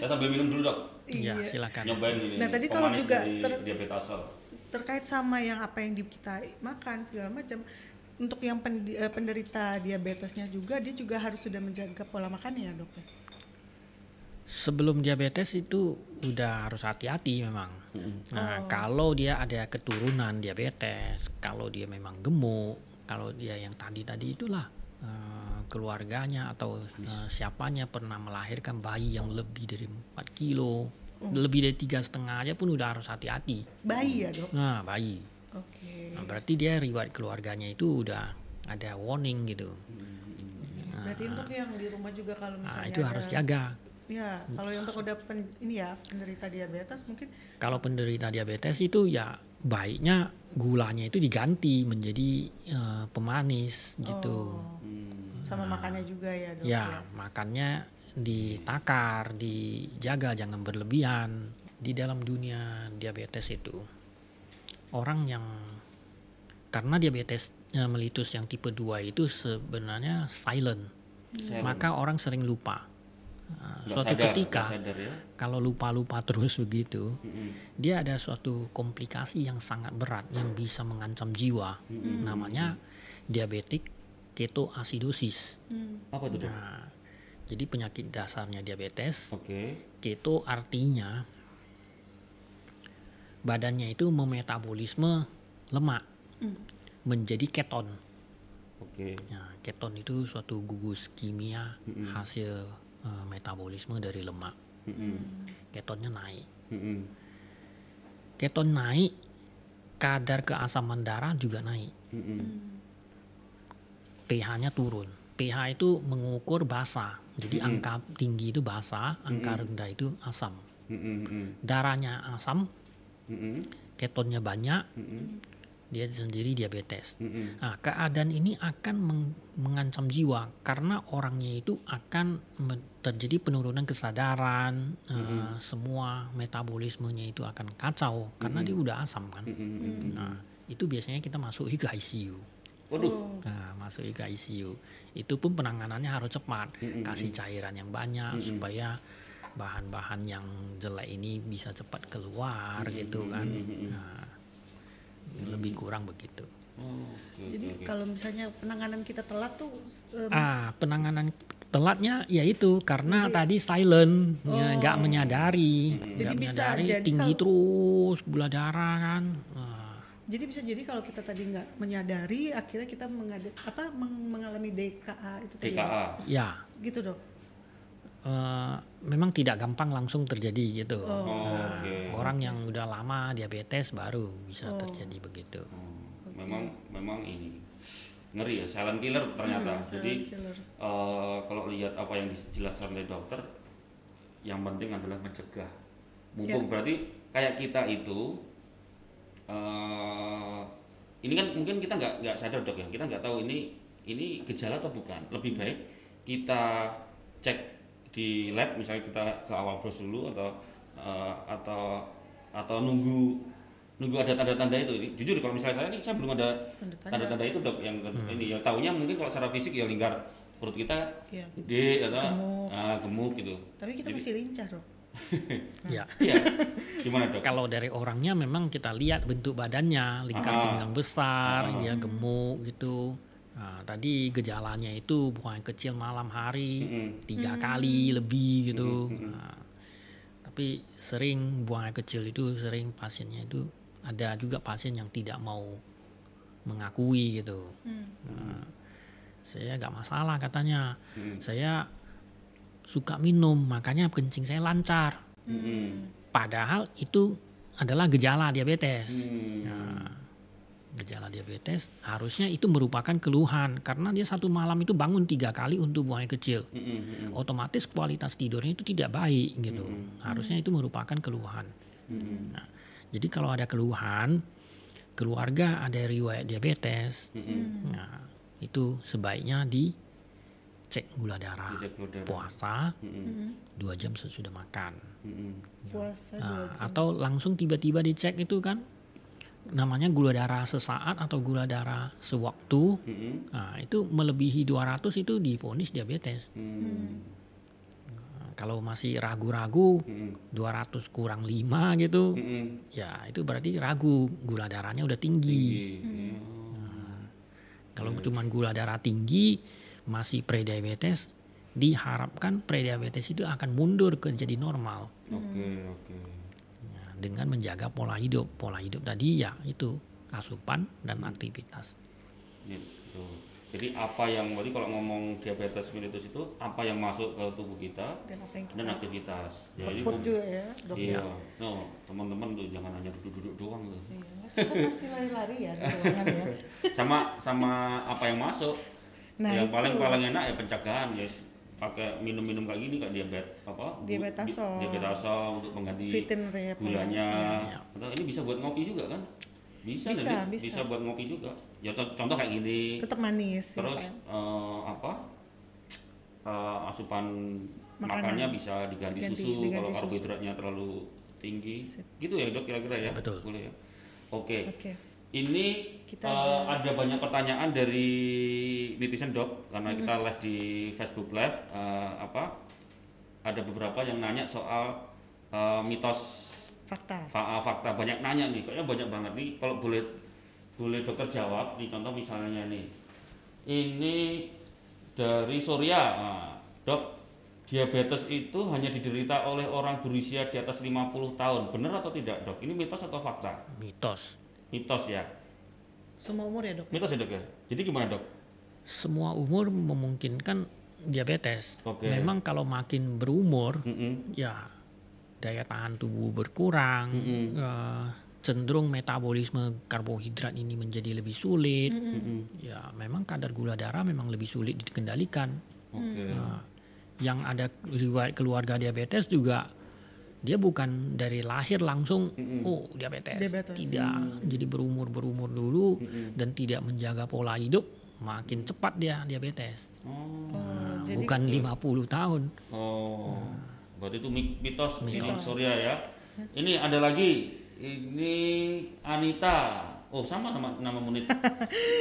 Saya sambil minum dulu, Dok. Iya, silakan. Nyobain ini. Nah, tadi kalau pemanis juga dari ter- diabetasol. terkait sama yang apa yang di- kita makan segala macam untuk yang pen- eh, penderita diabetesnya juga dia juga harus sudah menjaga pola makannya ya dok ya? Sebelum diabetes itu udah harus hati-hati memang. Nah, kalau dia ada keturunan diabetes, kalau dia memang gemuk, kalau dia yang tadi-tadi itulah eh, keluarganya atau eh, siapanya pernah melahirkan bayi yang lebih dari 4 kilo, lebih dari tiga setengah aja pun udah harus hati-hati. bayi ya dok Nah, bayi. oke Nah, berarti dia riwayat keluarganya itu udah ada warning gitu. berarti untuk yang di rumah juga kalau Nah, misalnya Ah. itu ada- harus jaga. ya kalau yang untuk udah pen- ini ya penderita diabetes mungkin Kalau penderita diabetes itu ya baiknya gulanya itu diganti menjadi eh, pemanis gitu. oh, Hmm, sama makannya juga ya dok Ya, makannya ditakar, dijaga jangan berlebihan. Di dalam dunia diabetes itu orang yang karena diabetes eh, melitus yang tipe 2 itu sebenarnya silent. Saya Maka orang sering lupa. Nah, Hmm. nggak suatu sadar, nggak ketika sadar ya. kalau lupa-lupa terus begitu, Mm-mm. dia ada suatu komplikasi yang sangat berat yang bisa mengancam jiwa. Namanya diabetik ketoasidosis. Hmm, Apa tuh, Dok? Nah, jadi penyakit dasarnya diabetes, Oke. keto artinya badannya itu memetabolisme lemak hmm. menjadi keton. Oke. Nah, keton itu suatu gugus kimia hasil eh, metabolisme dari lemak. Mm-mm. Ketonnya naik. Mm-mm. keton naik, kadar keasaman darah juga naik, Mm-mm. pH-nya turun. pH itu mengukur basa, jadi angka tinggi itu basa, angka rendah itu asam. Mm-mm. Mm-mm. Darahnya asam, Mm-mm. ketonnya banyak, hmm, dia sendiri diabetes. Mm-mm. Nah, keadaan ini akan meng- mengancam jiwa karena orangnya itu akan men- terjadi penurunan kesadaran, eh, semua metabolismenya itu akan kacau karena dia udah asam kan. hmm, Nah, itu biasanya kita masuk ke ICU. Waduh. Oh, Nah, masuk ke ICU. Itu pun penanganannya harus cepat. Kasih cairan yang banyak supaya bahan-bahan yang jelek ini bisa cepat keluar gitu kan. Nah, lebih kurang begitu. Oh, oke, jadi oke, oke. kalau misalnya penanganan kita telat tuh eh, em, Ah, penanganan telatnya yaitu karena tadi silent, ya, nggak menyadari, Iya. nggak Oh. Jadi bisa menyadari jadi tinggi kalau- terus gula darah kan. Nah, jadi bisa jadi kalau kita tadi nggak menyadari akhirnya kita mengada- apa meng- mengalami DKA itu tadi ya, TKA. ya, gitu dok eh, memang tidak gampang langsung terjadi gitu. Oh, Nah, oke. Orang yang udah lama diabetes baru bisa terjadi begitu. Hmm, Memang memang ini ngeri ya silent killer ternyata. Hmm, Jadi serial killer. eh, kalau lihat apa yang dijelaskan oleh dokter, yang penting adalah mencegah. Mumpung berarti kayak kita itu, eh, ini kan mungkin kita nggak nggak sadar dok ya, kita nggak tahu ini ini gejala atau bukan. Lebih baik kita cek di lab misalnya kita ke awal bros dulu atau eh, atau atau nunggu nunggu ada tanda-tanda itu. Ini Jujur kalau misalnya saya ini saya belum ada Tanda-tanda. tanda-tanda itu dok yang ini ya taunya mungkin kalau secara fisik ya lingkar perut kita Iya. gede atau Gemuk. ah, gemuk gitu tapi kita Jadi- masih lincah dok Ya. iya gimana dok Kalau dari orangnya memang kita lihat bentuk badannya, lingkar Ah. pinggang besar, Ah. dia gemuk gitu. Nah, tadi gejalanya itu buang air kecil malam hari Mm-mm. tiga kali lebih gitu. Nah, tapi sering buang air kecil itu sering pasiennya itu ada juga pasien yang tidak mau mengakui gitu. Nah, saya nggak masalah katanya. Saya suka minum makanya kencing saya lancar. Mm-mm. Padahal itu adalah gejala diabetes. Hmm. Nah, gejala diabetes harusnya itu merupakan keluhan karena dia satu malam itu bangun tiga kali untuk buangnya kecil Mm-mm, mm-mm, otomatis kualitas tidurnya itu tidak baik gitu Hmm. harusnya itu merupakan keluhan mm-mm. nah, jadi kalau ada keluhan keluarga ada riwayat diabetes Hmm. nah, itu sebaiknya dicek gula darah Dicek gula darah. puasa Mm-mm, dua jam sesudah makan mm-mm. puasa dua Nah, jam. atau langsung tiba-tiba dicek itu kan namanya gula darah sesaat atau gula darah sewaktu. Mm-mm, Nah, itu melebihi 200 itu divonis diabetes. Hmm. mm, Nah, kalau masih ragu-ragu mm-mm, 200 kurang 5 gitu, mm-mm. ya itu berarti ragu gula darahnya udah tinggi. Iya. Kalau cuman gula darah tinggi masih prediabetes, diharapkan prediabetes itu akan mundur ke jadi normal. Oke, oke. Nah, dengan menjaga pola hidup. Pola hidup tadi ya itu asupan dan aktivitas. Gitu. Jadi apa yang berarti kalau ngomong diabetes mellitus itu apa yang masuk ke tubuh kita dan apa yang kita dan aktivitas. Jadi put juga ya dok Iya. No, teman-teman tuh jangan hanya duduk-duduk doang tuh. Iya, kita masih lari-lari ya di ruangan ya Sama sama apa yang masuk. nah [LAUGHS] yang paling itu paling enak ya pencegahan ya pakai minum-minum kayak gini kayak diabetes apa? Bu- Diabetasol. di- Diabetasol untuk mengganti sweeten rep gulanya. ya. Iya. Atau ini bisa buat ngopi juga kan? Bisa, Bisa, jadi bisa. bisa buat ngopi juga. Ya co- contoh kayak gini. tetap manis ya, Terus Pak. eh, apa? Eh, asupan Makanan. makannya bisa diganti, Ganti- susu diganti kalau susu. karbohidratnya terlalu tinggi. Sip. Gitu ya, Dok, kira-kira ya. Betul. Boleh ya. Oke. oke Ini Kita eh, ada- ada banyak pertanyaan dari netizen, Dok, karena kita live di Facebook Live eh, apa? Ada beberapa yang nanya soal eh, mitos fakta Fa- fakta banyak nanya nih kayaknya banyak banget nih kalau boleh boleh dokter jawab nih contoh misalnya nih ini dari Surya Nah, dok diabetes itu hanya diderita oleh orang berusia di atas 50 tahun benar atau tidak dok ini mitos atau fakta Mitos. mitos ya semua umur ya dok mitos ya dok ya jadi gimana dok Semua umur memungkinkan diabetes. Oke. Memang kalau makin berumur Mm-mm. ya daya tahan tubuh berkurang, eh, cenderung metabolisme karbohidrat ini menjadi lebih sulit. Mm-mm. Ya, memang kadar gula darah memang lebih sulit dikendalikan. oke Nah, yang ada riwayat keluarga diabetes juga dia bukan dari lahir langsung oh diabetes, Diabetes. tidak jadi berumur berumur dulu dan tidak menjaga pola hidup makin cepat dia diabetes oh, Oh, Nah, jadi bukan 50 tahun oh. berarti itu mi- mitos, mitos. Mitos. Surya ya ini ada lagi ini Anita oh sama nama nama menit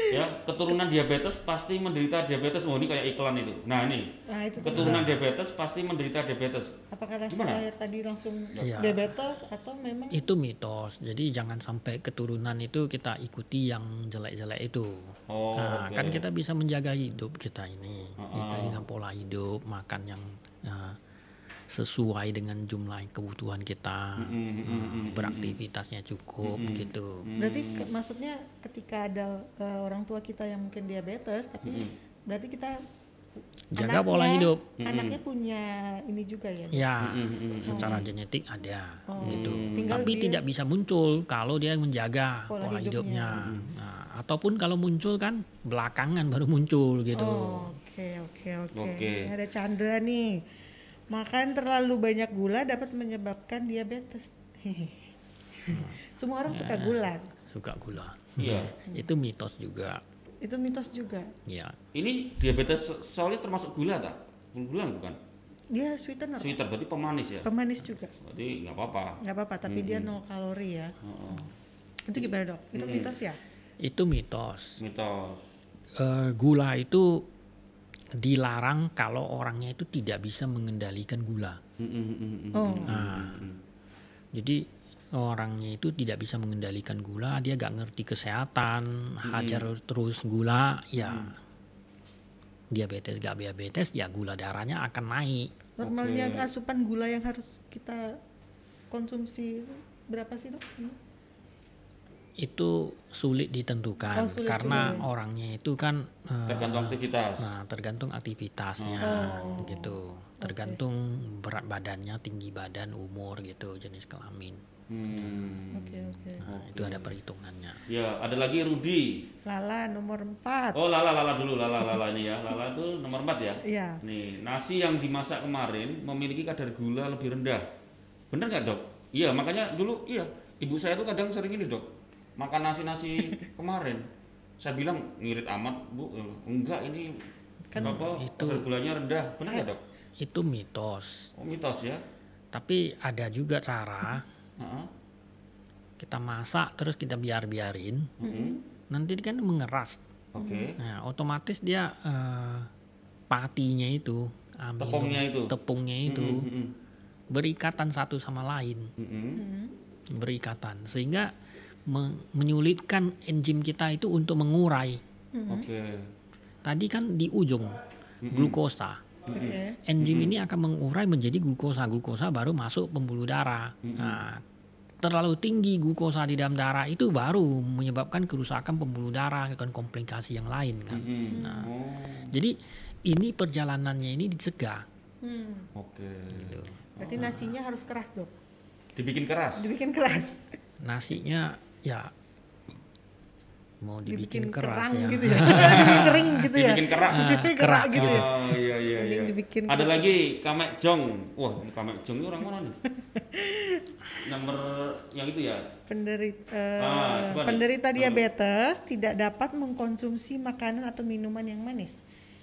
ya keturunan diabetes pasti menderita diabetes oh ini kayak iklan itu nah ini nah itu tuh. keturunan diabetes pasti menderita diabetes apakah langsung Gimana? lahir tadi langsung Iya. diabetes atau memang itu mitos jadi jangan sampai keturunan itu kita ikuti yang jelek-jelek itu oh Nah, oke. kan kita bisa menjaga hidup kita ini kita dengan pola hidup makan yang eh, sesuai dengan jumlah kebutuhan kita Nah, Mm, mm, mm, mm, mm. beraktivitasnya cukup gitu berarti ke- Hmm. maksudnya ketika ada eh, orang tua kita yang mungkin diabetes tapi Hmm. berarti kita Jaga pola hidup. anaknya Hmm. punya ini juga ya Dok? ya Mm, mm, mm. secara genetik ada Oh, gitu tinggal tapi dia- tidak bisa muncul kalau dia menjaga Pola pola, hidupnya. hidupnya Nah, ataupun kalau muncul kan belakangan baru muncul gitu Oh, oke oke oke Oke. Ini ada Chandra nih makan terlalu banyak gula dapat menyebabkan diabetes [LAUGHS] Hehehe. semua orang Nah. suka gula suka gula [LAUGHS] iya itu mitos juga itu mitos juga ya ini diabetes soalnya termasuk gula tak gula bukan dia sweetener sweeter berarti pemanis ya pemanis juga berarti nggak apa-apa nggak apa-apa tapi dia nol kalori ya Hmm. Oh, Hmm. oh. itu gimana dok itu mitos ya itu mitos mitos Eh, gula itu dilarang kalau orangnya itu tidak bisa mengendalikan gula. Mm, mm, mm, mm, mm. oh Nah. Jadi orangnya itu tidak bisa mengendalikan gula, dia gak ngerti kesehatan, hajar terus gula, ya diabetes gak diabetes, ya gula darahnya akan naik. normalnya asupan gula yang Hmm. harus kita konsumsi berapa sih dok itu sulit ditentukan Oh, sulit karena orangnya itu kan eh, Ah. tergantung aktivitas. nah tergantung aktivitasnya Oh. gitu tergantung berat badannya tinggi badan umur gitu jenis kelamin Hmm. Oke, oke. nah, itu ada perhitungannya Ya, ada lagi Rudi. Lala nomor 4. Oh, lala lala dulu, lala lala ini ya. Lala itu nomor 4 ya. Iya. Nih, nasi yang dimasak kemarin memiliki kadar gula lebih rendah. Bener nggak dok? Iya, makanya dulu iya. Ibu saya tuh kadang sering ini dok, makan [LAUGHS] nasi-nasi kemarin. Saya bilang ngirit amat bu, enggak ini kan apa, itu- kadar gulanya rendah. Bener Iya. nggak dok? itu mitos Oh, mitos ya. tapi ada juga cara Heeh. kita masak terus kita biar biarin Mm-mm. nanti kan mengeras Oke. Nah, otomatis dia eh, patinya itu, amino- Tepungnya itu. Hmm, tepungnya itu Mm-mm. berikatan satu sama lain, Mm-mm. berikatan sehingga me- menyulitkan enzim kita itu untuk mengurai. Mm-hmm. Oke. Tadi kan di ujung glukosa. Oke. Enzim ini akan mengurai menjadi glukosa. Glukosa baru masuk pembuluh darah. Nah, terlalu tinggi glukosa di dalam darah itu baru menyebabkan kerusakan pembuluh darah dan komplikasi yang lain kan. Mm-mm. Nah. Oh, Jadi ini perjalanannya ini dicegah. Hmm. Oke. Berarti nasinya harus keras, Dok. Dibikin keras. Dibikin keras. Nasinya ya mau dibikin, keras kerang ya. gitu ya. Dibikin kering gitu ya. Dibikin kerak. Dibikin kerak kerak gitu ya. Oh, iya iya Mending iya. dibikin Ada lagi Kamek Jong. Wah, ini Kamek Jong ini orang mana [LAUGHS] nih? Nomor yang itu ya. Penderita, Ah, coba nih. eh, penderita diabetes tidak dapat mengkonsumsi makanan atau minuman yang manis.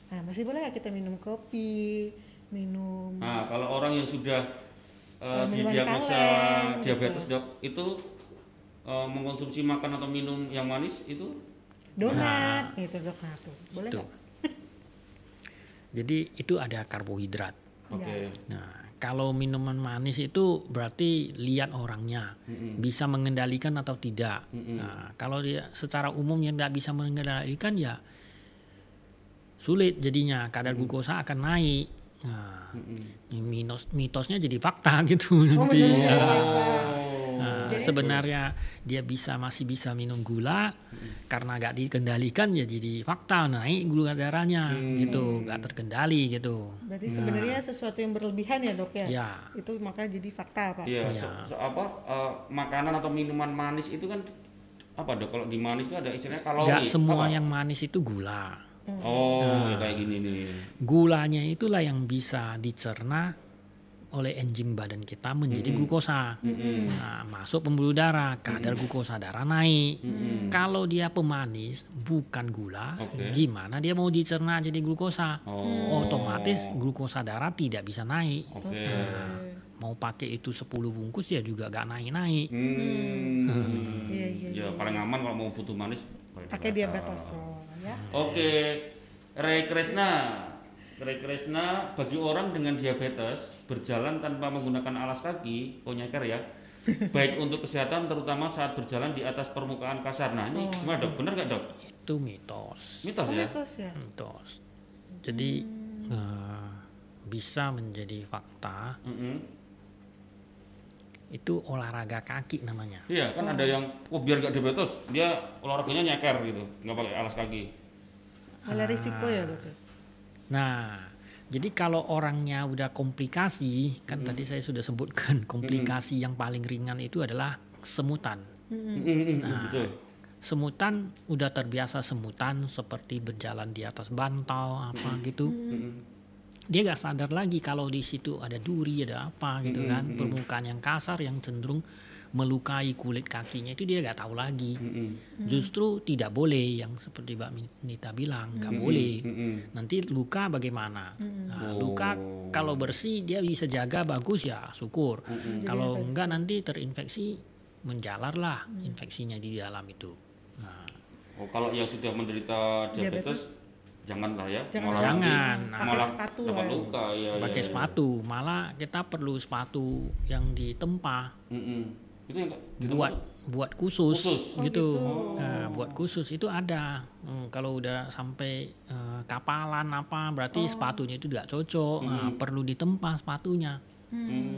Nah, masih boleh nggak kita minum kopi, minum Nah, kalau orang yang sudah Eh, eh, di Hmm. minuman diagnosa kaleng, diabetes gitu. dok itu eh, mengkonsumsi makan atau minum yang manis itu donat gitu dok nah, tuh. Boleh Itu. nggak? [LAUGHS] Jadi itu ada karbohidrat. Iya. oke Nah, kalau minuman manis itu berarti lihat orangnya bisa mengendalikan atau tidak. Nah, kalau dia secara umum yang tidak bisa mengendalikan ya sulit jadinya kadar glukosa akan naik. Nah, Hmm. ini mitos mitosnya jadi fakta [LAUGHS] gitu nanti. Mm. Oh, bener, Ya. bener. Oh. Nah, Iya, Jadi- sebenarnya dia bisa masih bisa minum gula Hmm. karena nggak dikendalikan ya jadi fakta naik gula darahnya Hmm. gitu nggak terkendali gitu Berarti Nah. sebenarnya sesuatu yang berlebihan ya dok ya? ya Itu makanya jadi fakta apa? Iya, Iya. so- so- apa eh, makanan atau minuman manis itu kan apa dok? Kalau di manis itu ada istilahnya kalori. nggak semua apa? yang Nah. manis itu gula Oh, ya kayak gini nih. gulanya itulah yang bisa dicerna oleh enzim badan kita menjadi Hmm. glukosa Nah, masuk pembuluh darah kadar Hmm. glukosa darah naik kalau dia pemanis bukan gula Oke. gimana dia mau dicerna jadi glukosa Oh. Hmm. otomatis Nah. glukosa darah tidak bisa naik Oke. mau pakai itu 10 bungkus ya juga gak naik-naik Hmm. Iya, iya, Ya paling aman kalau mau butuh manis pakai Pakai diabetes oh, ya. Iya. Oke. Ray Krishna. Ray Krishna bagi orang dengan diabetes berjalan tanpa menggunakan alas kaki, oh nyeker ya. Baik untuk kesehatan terutama saat berjalan di atas permukaan kasar. Nah, ini gimana dok? Bener nggak dok? itu mitos Mitos Oh, ya? mitos ya. mitos jadi eh, bisa menjadi fakta Mm-mm. itu olahraga kaki namanya Iya, kan ada yang, oh biar nggak diabetes, dia olahraganya nyeker gitu, nggak pakai alas kaki. Malah risiko ya dok. ya? nah jadi kalau orangnya udah komplikasi kan tadi saya sudah sebutkan [LAUGHS] komplikasi yang paling ringan itu adalah semutan Mm-mm, Betul. semutan udah terbiasa semutan seperti berjalan di atas bantal apa gitu dia nggak sadar lagi kalau di situ ada duri ada apa gitu kan permukaan yang kasar yang cenderung melukai kulit kakinya itu dia nggak tahu lagi Mm-mm. justru tidak boleh yang seperti mbak Nita bilang Hmm, nggak boleh nanti luka bagaimana Nah, luka kalau bersih dia bisa jaga bagus ya syukur kalau enggak nanti terinfeksi menjalarlah infeksinya di dalam itu nah, Oh, kalau yang sudah menderita diabetes, janganlah ya. Jangan, malah jangan. nanti Nah, Pakai malah sepatu dapat lah. luka ya. pakai ya, ya. sepatu malah kita perlu sepatu yang ditempa Mm-mm. Itu yang di buat buat khusus, Khusus. Oh, gitu, gitu. Nah, buat khusus itu ada Hmm, kalau udah sampai eh, kapalan apa berarti Oh. Ah, sepatunya itu tidak cocok Nah, perlu ditempa sepatunya Hmm,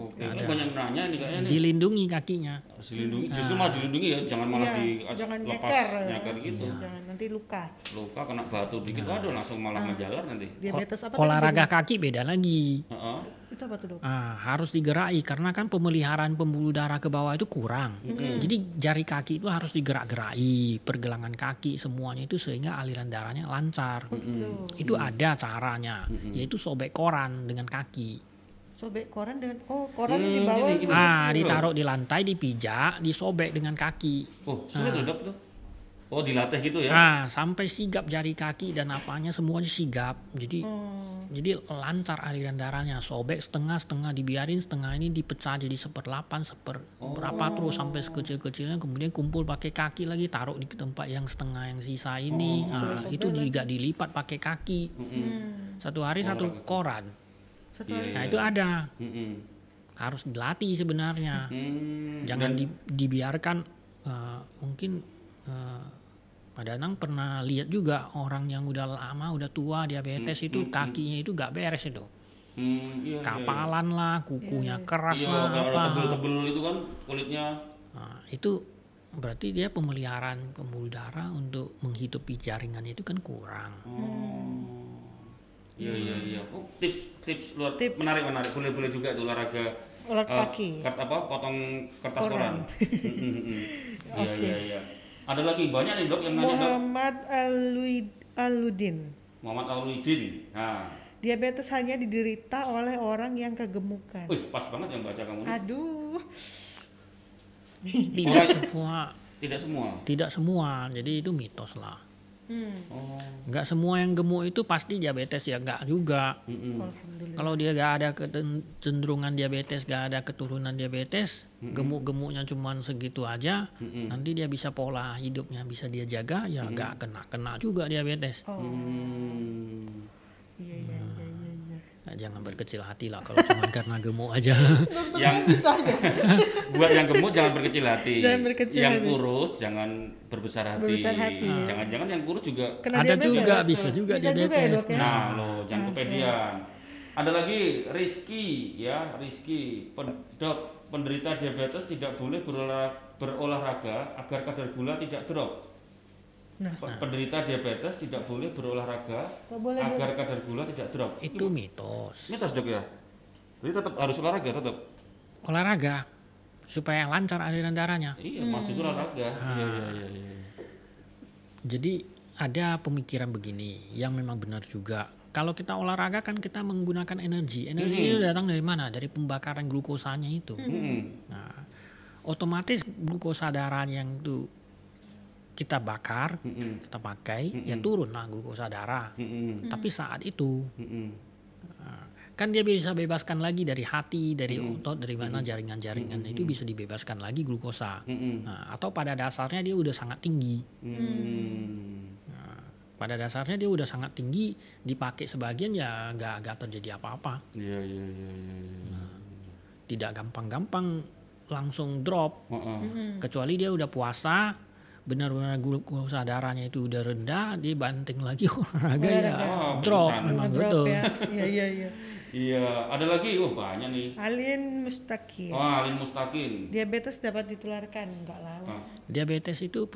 Oke. Ya, kan banyak yang nanya nih kayaknya nih. dilindungi kakinya Harus dilindungi. Ah. Justru malah dilindungi ya, jangan malah Iya, dilepas jangan lepas nyeker. Iya. nyakar gitu. Iya. Jangan nanti luka. Luka kena batu dikit, Nah. waduh langsung Ah. malah menjalar nanti. Diabetes apa tadi olahraga kaki beda lagi Heeh. tadi? Itu apa tuh, Dok? Ah, harus digerai karena kan pemeliharaan pembuluh darah ke bawah itu kurang. Jadi jari kaki itu harus digerak-gerai, pergelangan kaki semuanya itu sehingga aliran darahnya lancar. Gitu. Itu ada caranya, yaitu sobek koran dengan kaki. Sobek koran dengan oh, koran di Hmm, bawah. gini, Iya. gini. Ah, gitu. Betul. ditaruh di lantai, dipijak, disobek dengan kaki. Oh, sulit loh dok tuh. Oh, dilatih gitu ya. Ah, sampai sigap jari kaki dan apanya semuanya sigap. Jadi Hmm. jadi lancar aliran darahnya. Sobek setengah-setengah dibiarin, setengah ini dipecah jadi seperdelapan, seper berapa Oh. terus sampai sekecil-kecilnya kemudian kumpul pakai kaki lagi taruh di tempat yang setengah yang sisa ini. Ah, sobek itu juga dilipat pakai kaki. Satu hari satu koran. Hmm. Satu Iya, hari. Nah, itu ada. Mm-mm. Harus dilatih sebenarnya Hmm, jangan dan- di- dibiarkan eh, mungkin eh, Pak Danang pernah lihat juga orang yang udah lama udah tua diabetes itu kakinya itu gak beres itu Hmm, iya, iya, iya. kapalan lah kukunya keras Iya, lah kalau apa tebel-tebel itu kan kulitnya. Nah, itu berarti dia pemeliharaan pembuluh darah untuk menghidupi jaringannya itu kan kurang Oh. Iya iya iya. Oh, tips tips luar Tips. menarik menarik. Boleh boleh juga itu olahraga Olah eh, kaki. kert- apa potong kertas [LAUGHS] koran. Koran. Mm, mm, mm. Iya iya iya. Ada lagi banyak nih dok yang nanya Iya. dok. Muhammad Alwi- Aludin. Muhammad Aulidin. Nah, Diabetes hanya diderita oleh orang yang kegemukan. wih pas banget yang baca kamu. nih. Aduh. Iya. tidak semua Tidak semua. tidak semua jadi itu mitos lah Hmm. Oh. nggak semua yang gemuk itu pasti diabetes ya nggak juga Mm-mm. Alhamdulillah. Kalau dia gak ada kecenderungan diabetes, gak ada keturunan diabetes, gemuk-gemuknya cuman segitu aja, nanti dia bisa pola hidupnya bisa dia jaga, ya nggak kena kena juga diabetes. Oh. Hmm. Iya iya iya iya. iya. Nah, jangan berkecil hati lah kalau cuma [LAUGHS] karena gemuk aja. Yang Bisa aja. buat yang gemuk jangan berkecil hati. Jangan berkecil yang hati. kurus jangan berbesar hati. Berbesar hati, ya. Jangan-jangan yang kurus juga. Kena ada diabetes. juga bisa juga Bisa juga ya, diabetes. Dok, ya? Nah, Nah, lo jangan kepedean. Ada lagi Rizky ya, Rizky Pen- dok, penderita diabetes tidak boleh berolah- berolahraga agar kadar gula tidak drop. Nah. Pe- Penderita diabetes tidak boleh berolahraga Nggak boleh, Nah, Dok. agar kadar gula tidak drop. itu mitos. Ini terus dok ya. Jadi tetap harus olahraga tetap. Olahraga supaya lancar aliran darahnya. Iya, Hmm. maksud olahraga. Iya, iya, iya, iya. Jadi ada pemikiran begini yang memang benar juga. Kalau kita olahraga kan kita menggunakan energi. Energi itu datang dari mana? Dari pembakaran glukosanya itu. Mm-mm. Nah, otomatis glukosa darah yang itu kita bakar, Mm-mm. kita pakai, ya turun lah glukosa darah. Mm-mm. Tapi saat itu Mm-mm. kan dia bisa bebaskan lagi dari hati, dari otot, dari mana jaringan-jaringan itu bisa dibebaskan lagi glukosa. Mm-mm. Nah, atau pada dasarnya dia udah sangat tinggi. Hmm. Mm. pada dasarnya dia udah sangat tinggi dipakai sebagian ya nggak nggak terjadi apa-apa Iya, iya, iya, iya, iya. tidak gampang-gampang langsung drop Oh, oh. Hmm. kecuali dia udah puasa benar-benar glukosa darahnya itu udah rendah dibanting lagi [LAUGHS] olahraga ya Oh, drop pingsan. memang Drop betul ya. Iya iya iya. Iya, ada lagi. Oh, banyak nih. Alin Mustaqim. Wah, Alin Mustaqim. Diabetes dapat ditularkan, enggak lah. Ah. diabetes itu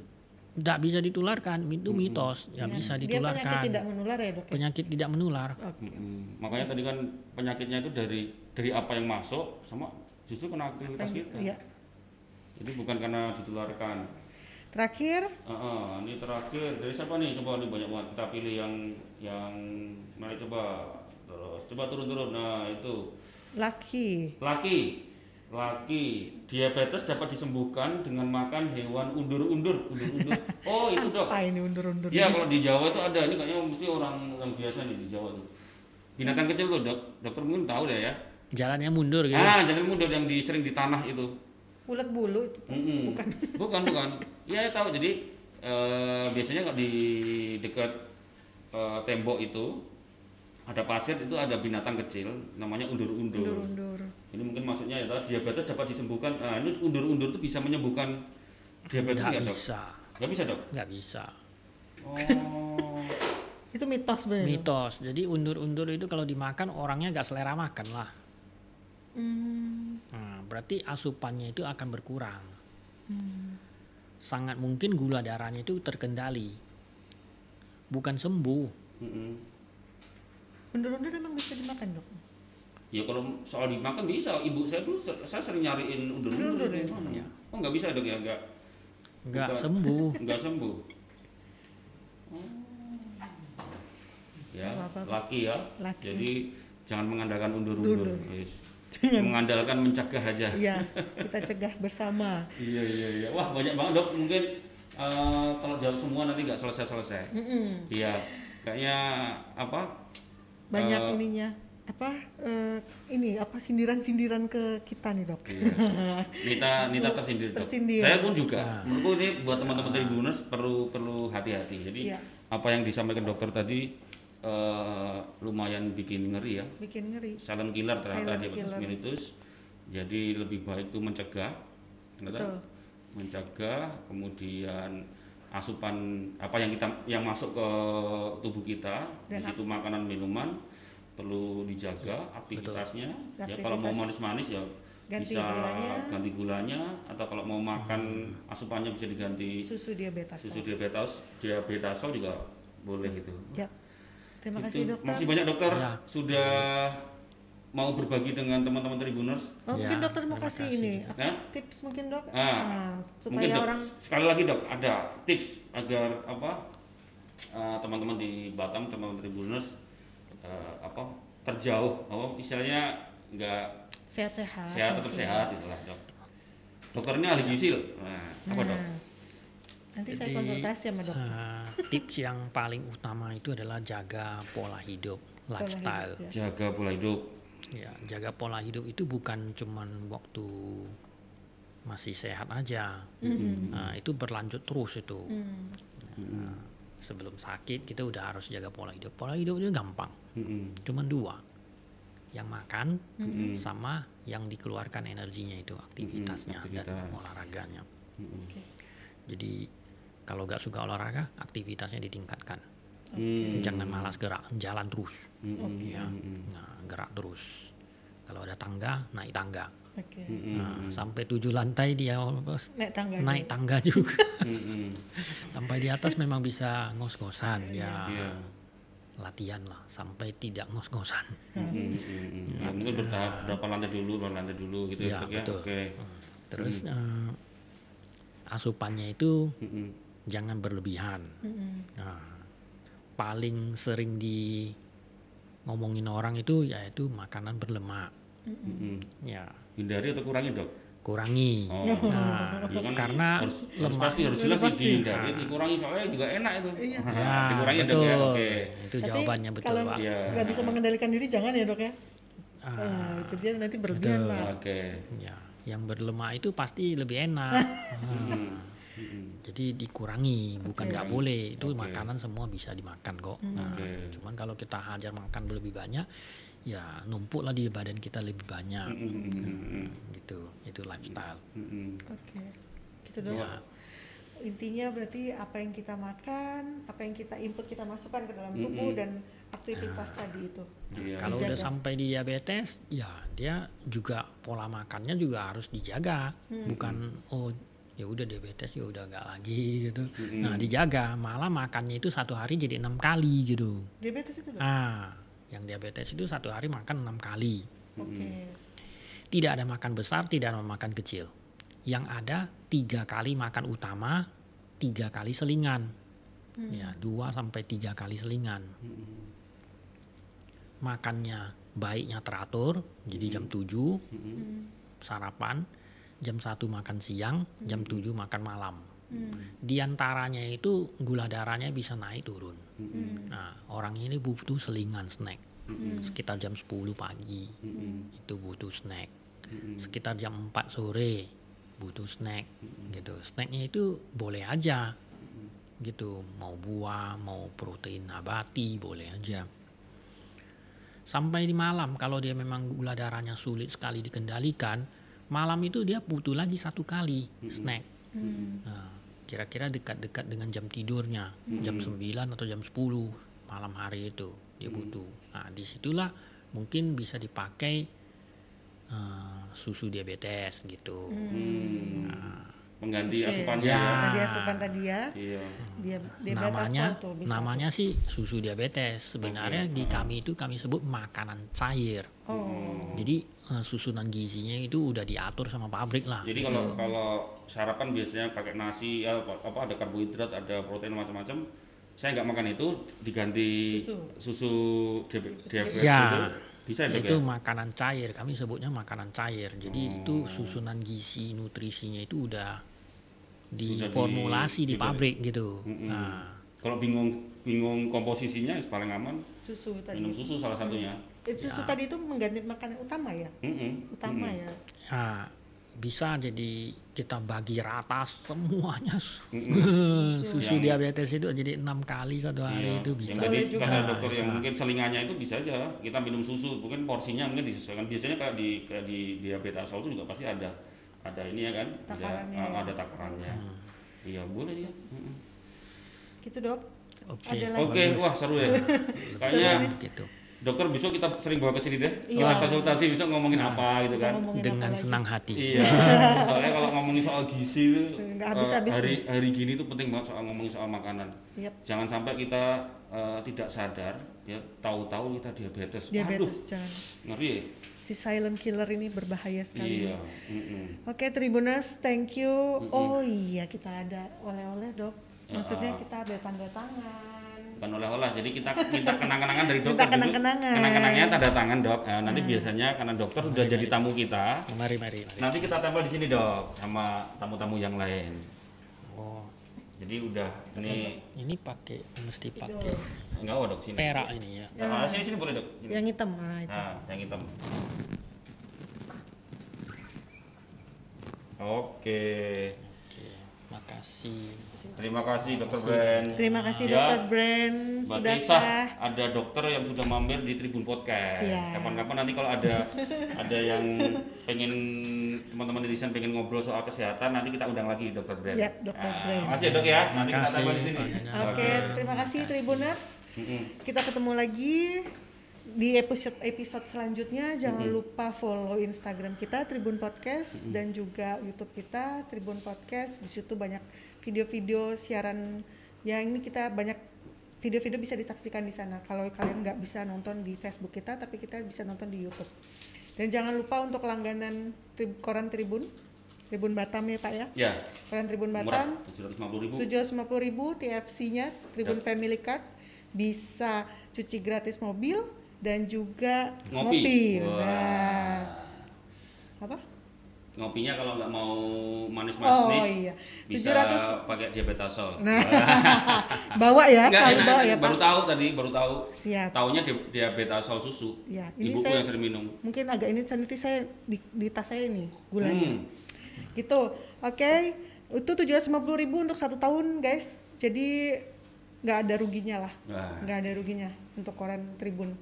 tidak bisa ditularkan itu Hmm. mitos ya bisa Iya. Dia penyakit tidak ditularkan menular ya, Dok? penyakit tidak menular Oke. Mm-mm. Makanya tadi kan penyakitnya itu dari dari apa yang masuk sama justru kena aktivitas kita. Iya. Jadi bukan karena ditularkan. Terakhir, Ah, ah, ini terakhir dari siapa nih? Coba nih banyak banget. Kita pilih yang yang mari coba terus coba turun-turun. Nah, itu laki. laki laki diabetes dapat disembuhkan dengan makan hewan undur-undur undur-undur. Oh, itu dok. Apa Ah, ini undur-undur? Iya kalau di Jawa itu ada ini kayaknya mesti orang orang biasa nih di Jawa tuh. Binatang kecil tuh dok, dokter mungkin tahu deh ya. jalannya mundur gitu Ah jangan mundur yang di, sering di tanah itu. Ulet bulu itu. Mm-mm. Bukan. Bukan bukan. Iya tahu jadi eh, biasanya kalau di dekat eh, tembok itu ada pasir itu ada binatang kecil namanya undur-undur. Undur-undur. Ini mungkin maksudnya ya tadi diabetes dapat disembuhkan. Nah, ini undur-undur itu bisa menyembuhkan diabetes nggak nggak dok? bisa Nggak bisa dok. nggak bisa Oh. Itu mitos bener. mitos jadi undur-undur itu kalau dimakan orangnya nggak selera makan lah Hmm. Nah, berarti asupannya itu akan berkurang. Hmm. Sangat mungkin gula darahnya itu terkendali. Bukan sembuh. Mm-mm. Undur-undur emang bisa dimakan dok? Ya kalau soal dimakan bisa. Ibu saya dulu ser- saya sering nyariin undur-undur. Undur-undur, gimana. Oh nggak bisa dong ya nggak Nggak Bukan. [LAUGHS] sembuh. nggak sembuh. Oh. Ya Nggak apa-apa. laki ya. Laki. Jadi jangan mengandalkan Undur. undur-undur. Yes. Mengandalkan mencegah aja. Iya, kita cegah bersama. Iya iya iya. Wah banyak banget dok. Mungkin eh, kalau jawab semua nanti nggak selesai selesai. Iya. Kayaknya apa? Banyak Eh, ininya apa eh, ini apa sindiran-sindiran ke kita nih dok. Iya. Nita Nita tersindir. Dok. Tersindir. Saya pun juga. Nah. Menurutku ini buat teman-teman tribuners perlu perlu hati-hati. Jadi Iya. apa yang disampaikan dokter tadi eh, lumayan bikin ngeri ya. [LAUGHS] Bikin ngeri. Silent killer ternyata Silent diabetes killer. mellitus. Jadi lebih baik itu mencegah, Betul. ternyata mencegah, kemudian asupan apa yang kita yang masuk ke tubuh kita, di Dan situ makanan minuman perlu dijaga aktivitasnya. Ya kalau mau Aktivitas. manis-manis ya Ganti bisa gulanya. Hmm. ganti gulanya atau kalau mau makan asupannya bisa diganti Susu diabetes. susu diabetes diabetesol juga boleh itu. Ya. Terima Itu. kasih dokter. Makasih banyak dokter Ya. sudah mau berbagi dengan teman-teman Tribuners. Oh, mungkin Ya, dokter mau terima kasih kasih. ini apa, Nah, tips mungkin dok Ah, Ah, supaya mungkin dok, orang sekali lagi dok ada tips agar apa eh, teman-teman di Batam, teman-teman Tribuners eh, apa terjauh, apa istilahnya nggak sehat-sehat. sehat tetap mungkin. sehat itulah dok. Dokter ini ahli gizi loh. Nah, apa dok? Nah, Nanti saya Jadi, konsultasi sama dok. eh, tips yang paling utama itu adalah jaga pola Pola hidup, hidup, Hmm, lifestyle. ya. Jaga pola hidup. Ya, jaga pola hidup itu bukan cuman waktu masih sehat aja. Hmm. Nah, itu berlanjut terus itu. Nah, sebelum sakit kita udah harus jaga pola hidup. Pola hidup itu gampang, Mm-mm. cuman dua. Yang makan Mm-mm. sama yang dikeluarkan energinya itu aktivitasnya dan aktivitas. olahraganya. Mm-mm. Oke. Jadi kalau nggak suka olahraga, aktivitasnya ditingkatkan. Mm. Jangan malas gerak, jalan terus. Mm-mm. Ya. Mm-mm. Nah, gerak terus. Kalau ada tangga, naik tangga. Oke. Mm-mm. Nah, sampai tujuh lantai dia bos, Naik tangga. gitu. naik tangga juga. [LAUGHS] Mm-mm. sampai di atas memang bisa ngos-ngosan ya. Iya. Latihan lah sampai tidak ngos-ngosan. Mm, mm, mm. Ya, mungkin bertahap berapa lantai dulu, berapa lantai dulu gitu Iya, ya. Dok, ya? betul. Oke. Terus Hmm. eh, asupannya itu Mm-mm. jangan berlebihan. Hmm, Nah, paling sering di ngomongin orang itu yaitu makanan berlemak. Mm-mm. Ya, Hindari atau kurangi, Dok? kurangi. Oh. Nah, Ya kan karena harus, harus lemak- pasti harus jelas Pasti. dihindari, dikurangi soalnya juga enak itu. Iya. Ya, dikurangi Dok betul. ya. Oke. Itu jawabannya betul, kalau Pak. Iya. nggak bisa mengendalikan diri jangan ya dok ya. Ah. Nah, itu dia nanti berlebihan Betul. lah. Oke. Ya, yang berlemak itu pasti lebih enak. Nah, Mm. Mm-mm. Jadi dikurangi, bukan nggak boleh. Itu Iya. Oke. makanan semua bisa dimakan kok. Nah, Oke. cuman kalau kita hajar makan lebih banyak, ya numpuk lah di badan kita lebih banyak. Mm-mm. Mm-mm. Gitu, itu lifestyle. Mm-mm. Oke. Gitu dok. Ya. Intinya berarti apa yang kita makan, apa yang kita input kita masukkan ke dalam tubuh dan aktivitas Ah. tadi itu. Iya. Kalau udah Dijaga. sampai di diabetes, ya dia juga pola makannya juga harus dijaga, bukan oh ya udah diabetes ya udah nggak lagi gitu. Hmm. Nah dijaga, malah makannya itu satu hari jadi enam kali gitu. Diabetes itu dok. Ah, yang diabetes itu satu hari makan enam kali. Oke. Tidak ada makan besar, tidak ada makan kecil. Yang ada tiga kali makan utama, tiga kali selingan. Ya, dua sampai tiga kali selingan. Makannya baiknya teratur, jadi jam 7 sarapan, jam 1 makan siang, jam 7 makan malam. Di antaranya itu gula darahnya bisa naik turun. Hmm. Nah, orang ini butuh selingan snack. Sekitar jam 10 pagi itu butuh snack. Hmm. Sekitar jam 4 sore butuh snack gitu. Snacknya itu boleh aja. Gitu, mau buah, mau protein nabati boleh aja. Sampai di malam kalau dia memang gula darahnya sulit sekali dikendalikan, malam itu dia butuh lagi satu kali snack. Nah, kira-kira dekat-dekat dengan jam tidurnya, Hmm. jam 9 atau jam 10 malam hari itu dia butuh. Nah, disitulah mungkin bisa dipakai eh, susu diabetes gitu. Hmm. Mengganti Oke. asupannya Ya. ya. Tadi asupan tadi ya, Iya. dia diabetes namanya tuh bisa. namanya sih susu diabetes. Sebenarnya di kami itu kami sebut makanan cair. Oh, Jadi eh, susunan gizinya itu udah diatur sama pabrik lah. Jadi kalau kalau sarapan biasanya pakai nasi ya apa apa, ada karbohidrat, ada protein macam-macam. Saya nggak makan itu diganti Susu. susu diabe- diabetes itu. Ya. Bisa ya, Dok, itu ya? makanan cair kami sebutnya makanan cair jadi Hmm. itu susunan gizi nutrisinya itu udah diformulasi di, di- pabrik gitu Mm-mm. nah Kalau bingung bingung komposisinya yang paling aman susu tadi. minum susu salah satunya. Eh, susu Ya. tadi itu mengganti makanan utama ya, Mm-mm. utama ya. nah, bisa jadi kita bagi rata [LAUGHS] semuanya Eh, susu Yang- diabetes itu jadi enam kali satu Iya. hari itu Yang bisa tadi Boleh juga. kata Nah, dokter yang bisa. mungkin selingannya itu bisa aja kita minum susu, mungkin porsinya mungkin disesuaikan. Biasanya kayak di kayak di diabetes asal itu juga pasti ada ada ini ya kan, ada Takarannya ah, ya. ada takarannya. Hmm. Iya boleh ya. Mm-mm. Gitu dok. oke Ada lagi. Oke, wah seru ya. Kayaknya gitu dokter besok kita sering bawa ke sini deh. Iya. Kelas konsultasi besok ngomongin Nah. apa gitu Kita kan. ngomongin dengan apa lagi? senang hati [LAUGHS] Iya, soalnya kalau ngomongin soal gizi itu Nggak habis-habis eh, hari hari gini itu penting banget soal ngomongin soal makanan. Yap. Jangan sampai kita eh, tidak sadar ya tahu-tahu kita diabetes. Diabetes Waduh, jangan. ngeri. ya? Si silent killer ini berbahaya sekali. Iya. nih. mm-mm. Oke Tribuners, thank you. Oh iya kita ada oleh-oleh dok. Maksudnya Ya. kita ada tanda tangan. Bukan oleh-oleh, jadi [LAUGHS] kita kita kenang-kenangan dari dokter. dulu. kenang-kenangan. Kenang-kenangannya tanda tangan dok. Eh, nanti biasanya karena dokter sudah jadi tamu kita, mari mari mari nanti kita tempel di sini dok sama tamu-tamu yang lain. oh Jadi udah ini ini pakai mesti pakai enggak oh, dok sini. perak ini ya Nah, sini sini boleh dok. Sini. Yang hitam ah, itu. Nah, yang hitam. Oke. oke makasih Terima kasih Dokter Brand. Terima kasih Ya, dokter Brand Mbak sudah Tisa, sah. ada dokter yang sudah mampir di Tribun Podcast. Siap. Kapan-kapan nanti kalau ada ada yang pengen teman-teman di desain pengen ngobrol soal kesehatan, nanti kita undang lagi Dokter Brand. Ya, Dr. Brand. Makasih Dok ya. Nanti kita Makasih. tambah di sini. Oke, terima kasih Tribuners. Mm-mm. Kita ketemu lagi di episode episode selanjutnya. Jangan lupa follow Instagram kita Tribun Podcast dan juga YouTube kita Tribun Podcast. Di situ banyak video-video siaran yang ini kita banyak video-video bisa disaksikan di sana. Kalau kalian nggak bisa nonton di Facebook kita, tapi kita bisa nonton di YouTube. Dan jangan lupa untuk langganan tri- koran Tribun, Tribun Batam ya Pak ya, Ya, koran Tribun murah. Batam. Tujuh ratus lima puluh ribu. tujuh ribu TFC-nya Ya. Tribun Family Card bisa cuci gratis mobil dan juga Ngopi. ngopi. Wah. Nah, apa? Ngopinya kalau nggak mau Oh iya, manis-manis, bisa 700 pakai diabetasol. Nah, [LAUGHS] bawa ya, Enggak, selalu enak, bawa enak. ya baru Pak. tahu tadi, baru tahu. Siap. Taunya di- diabetasol susu. Ya, ini Ibuku saya- yang sering minum. Mungkin agak ini sanity saya di, di tas saya ini gulanya. Hmm. Gitu. Oke, itu 750.000 untuk satu tahun, guys. Jadi nggak ada ruginya lah. Wah. nggak ada ruginya untuk koran Tribun.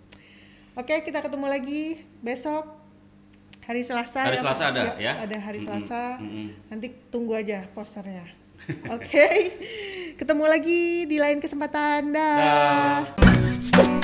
Oke, kita ketemu lagi besok hari Selasa. Iya, Hari Selasa ada, ya? Ada hari Mm-mm, Selasa. mm-mm. Nanti tunggu aja posternya. [LAUGHS] Oke, ketemu lagi di lain kesempatan. Dah. Dah.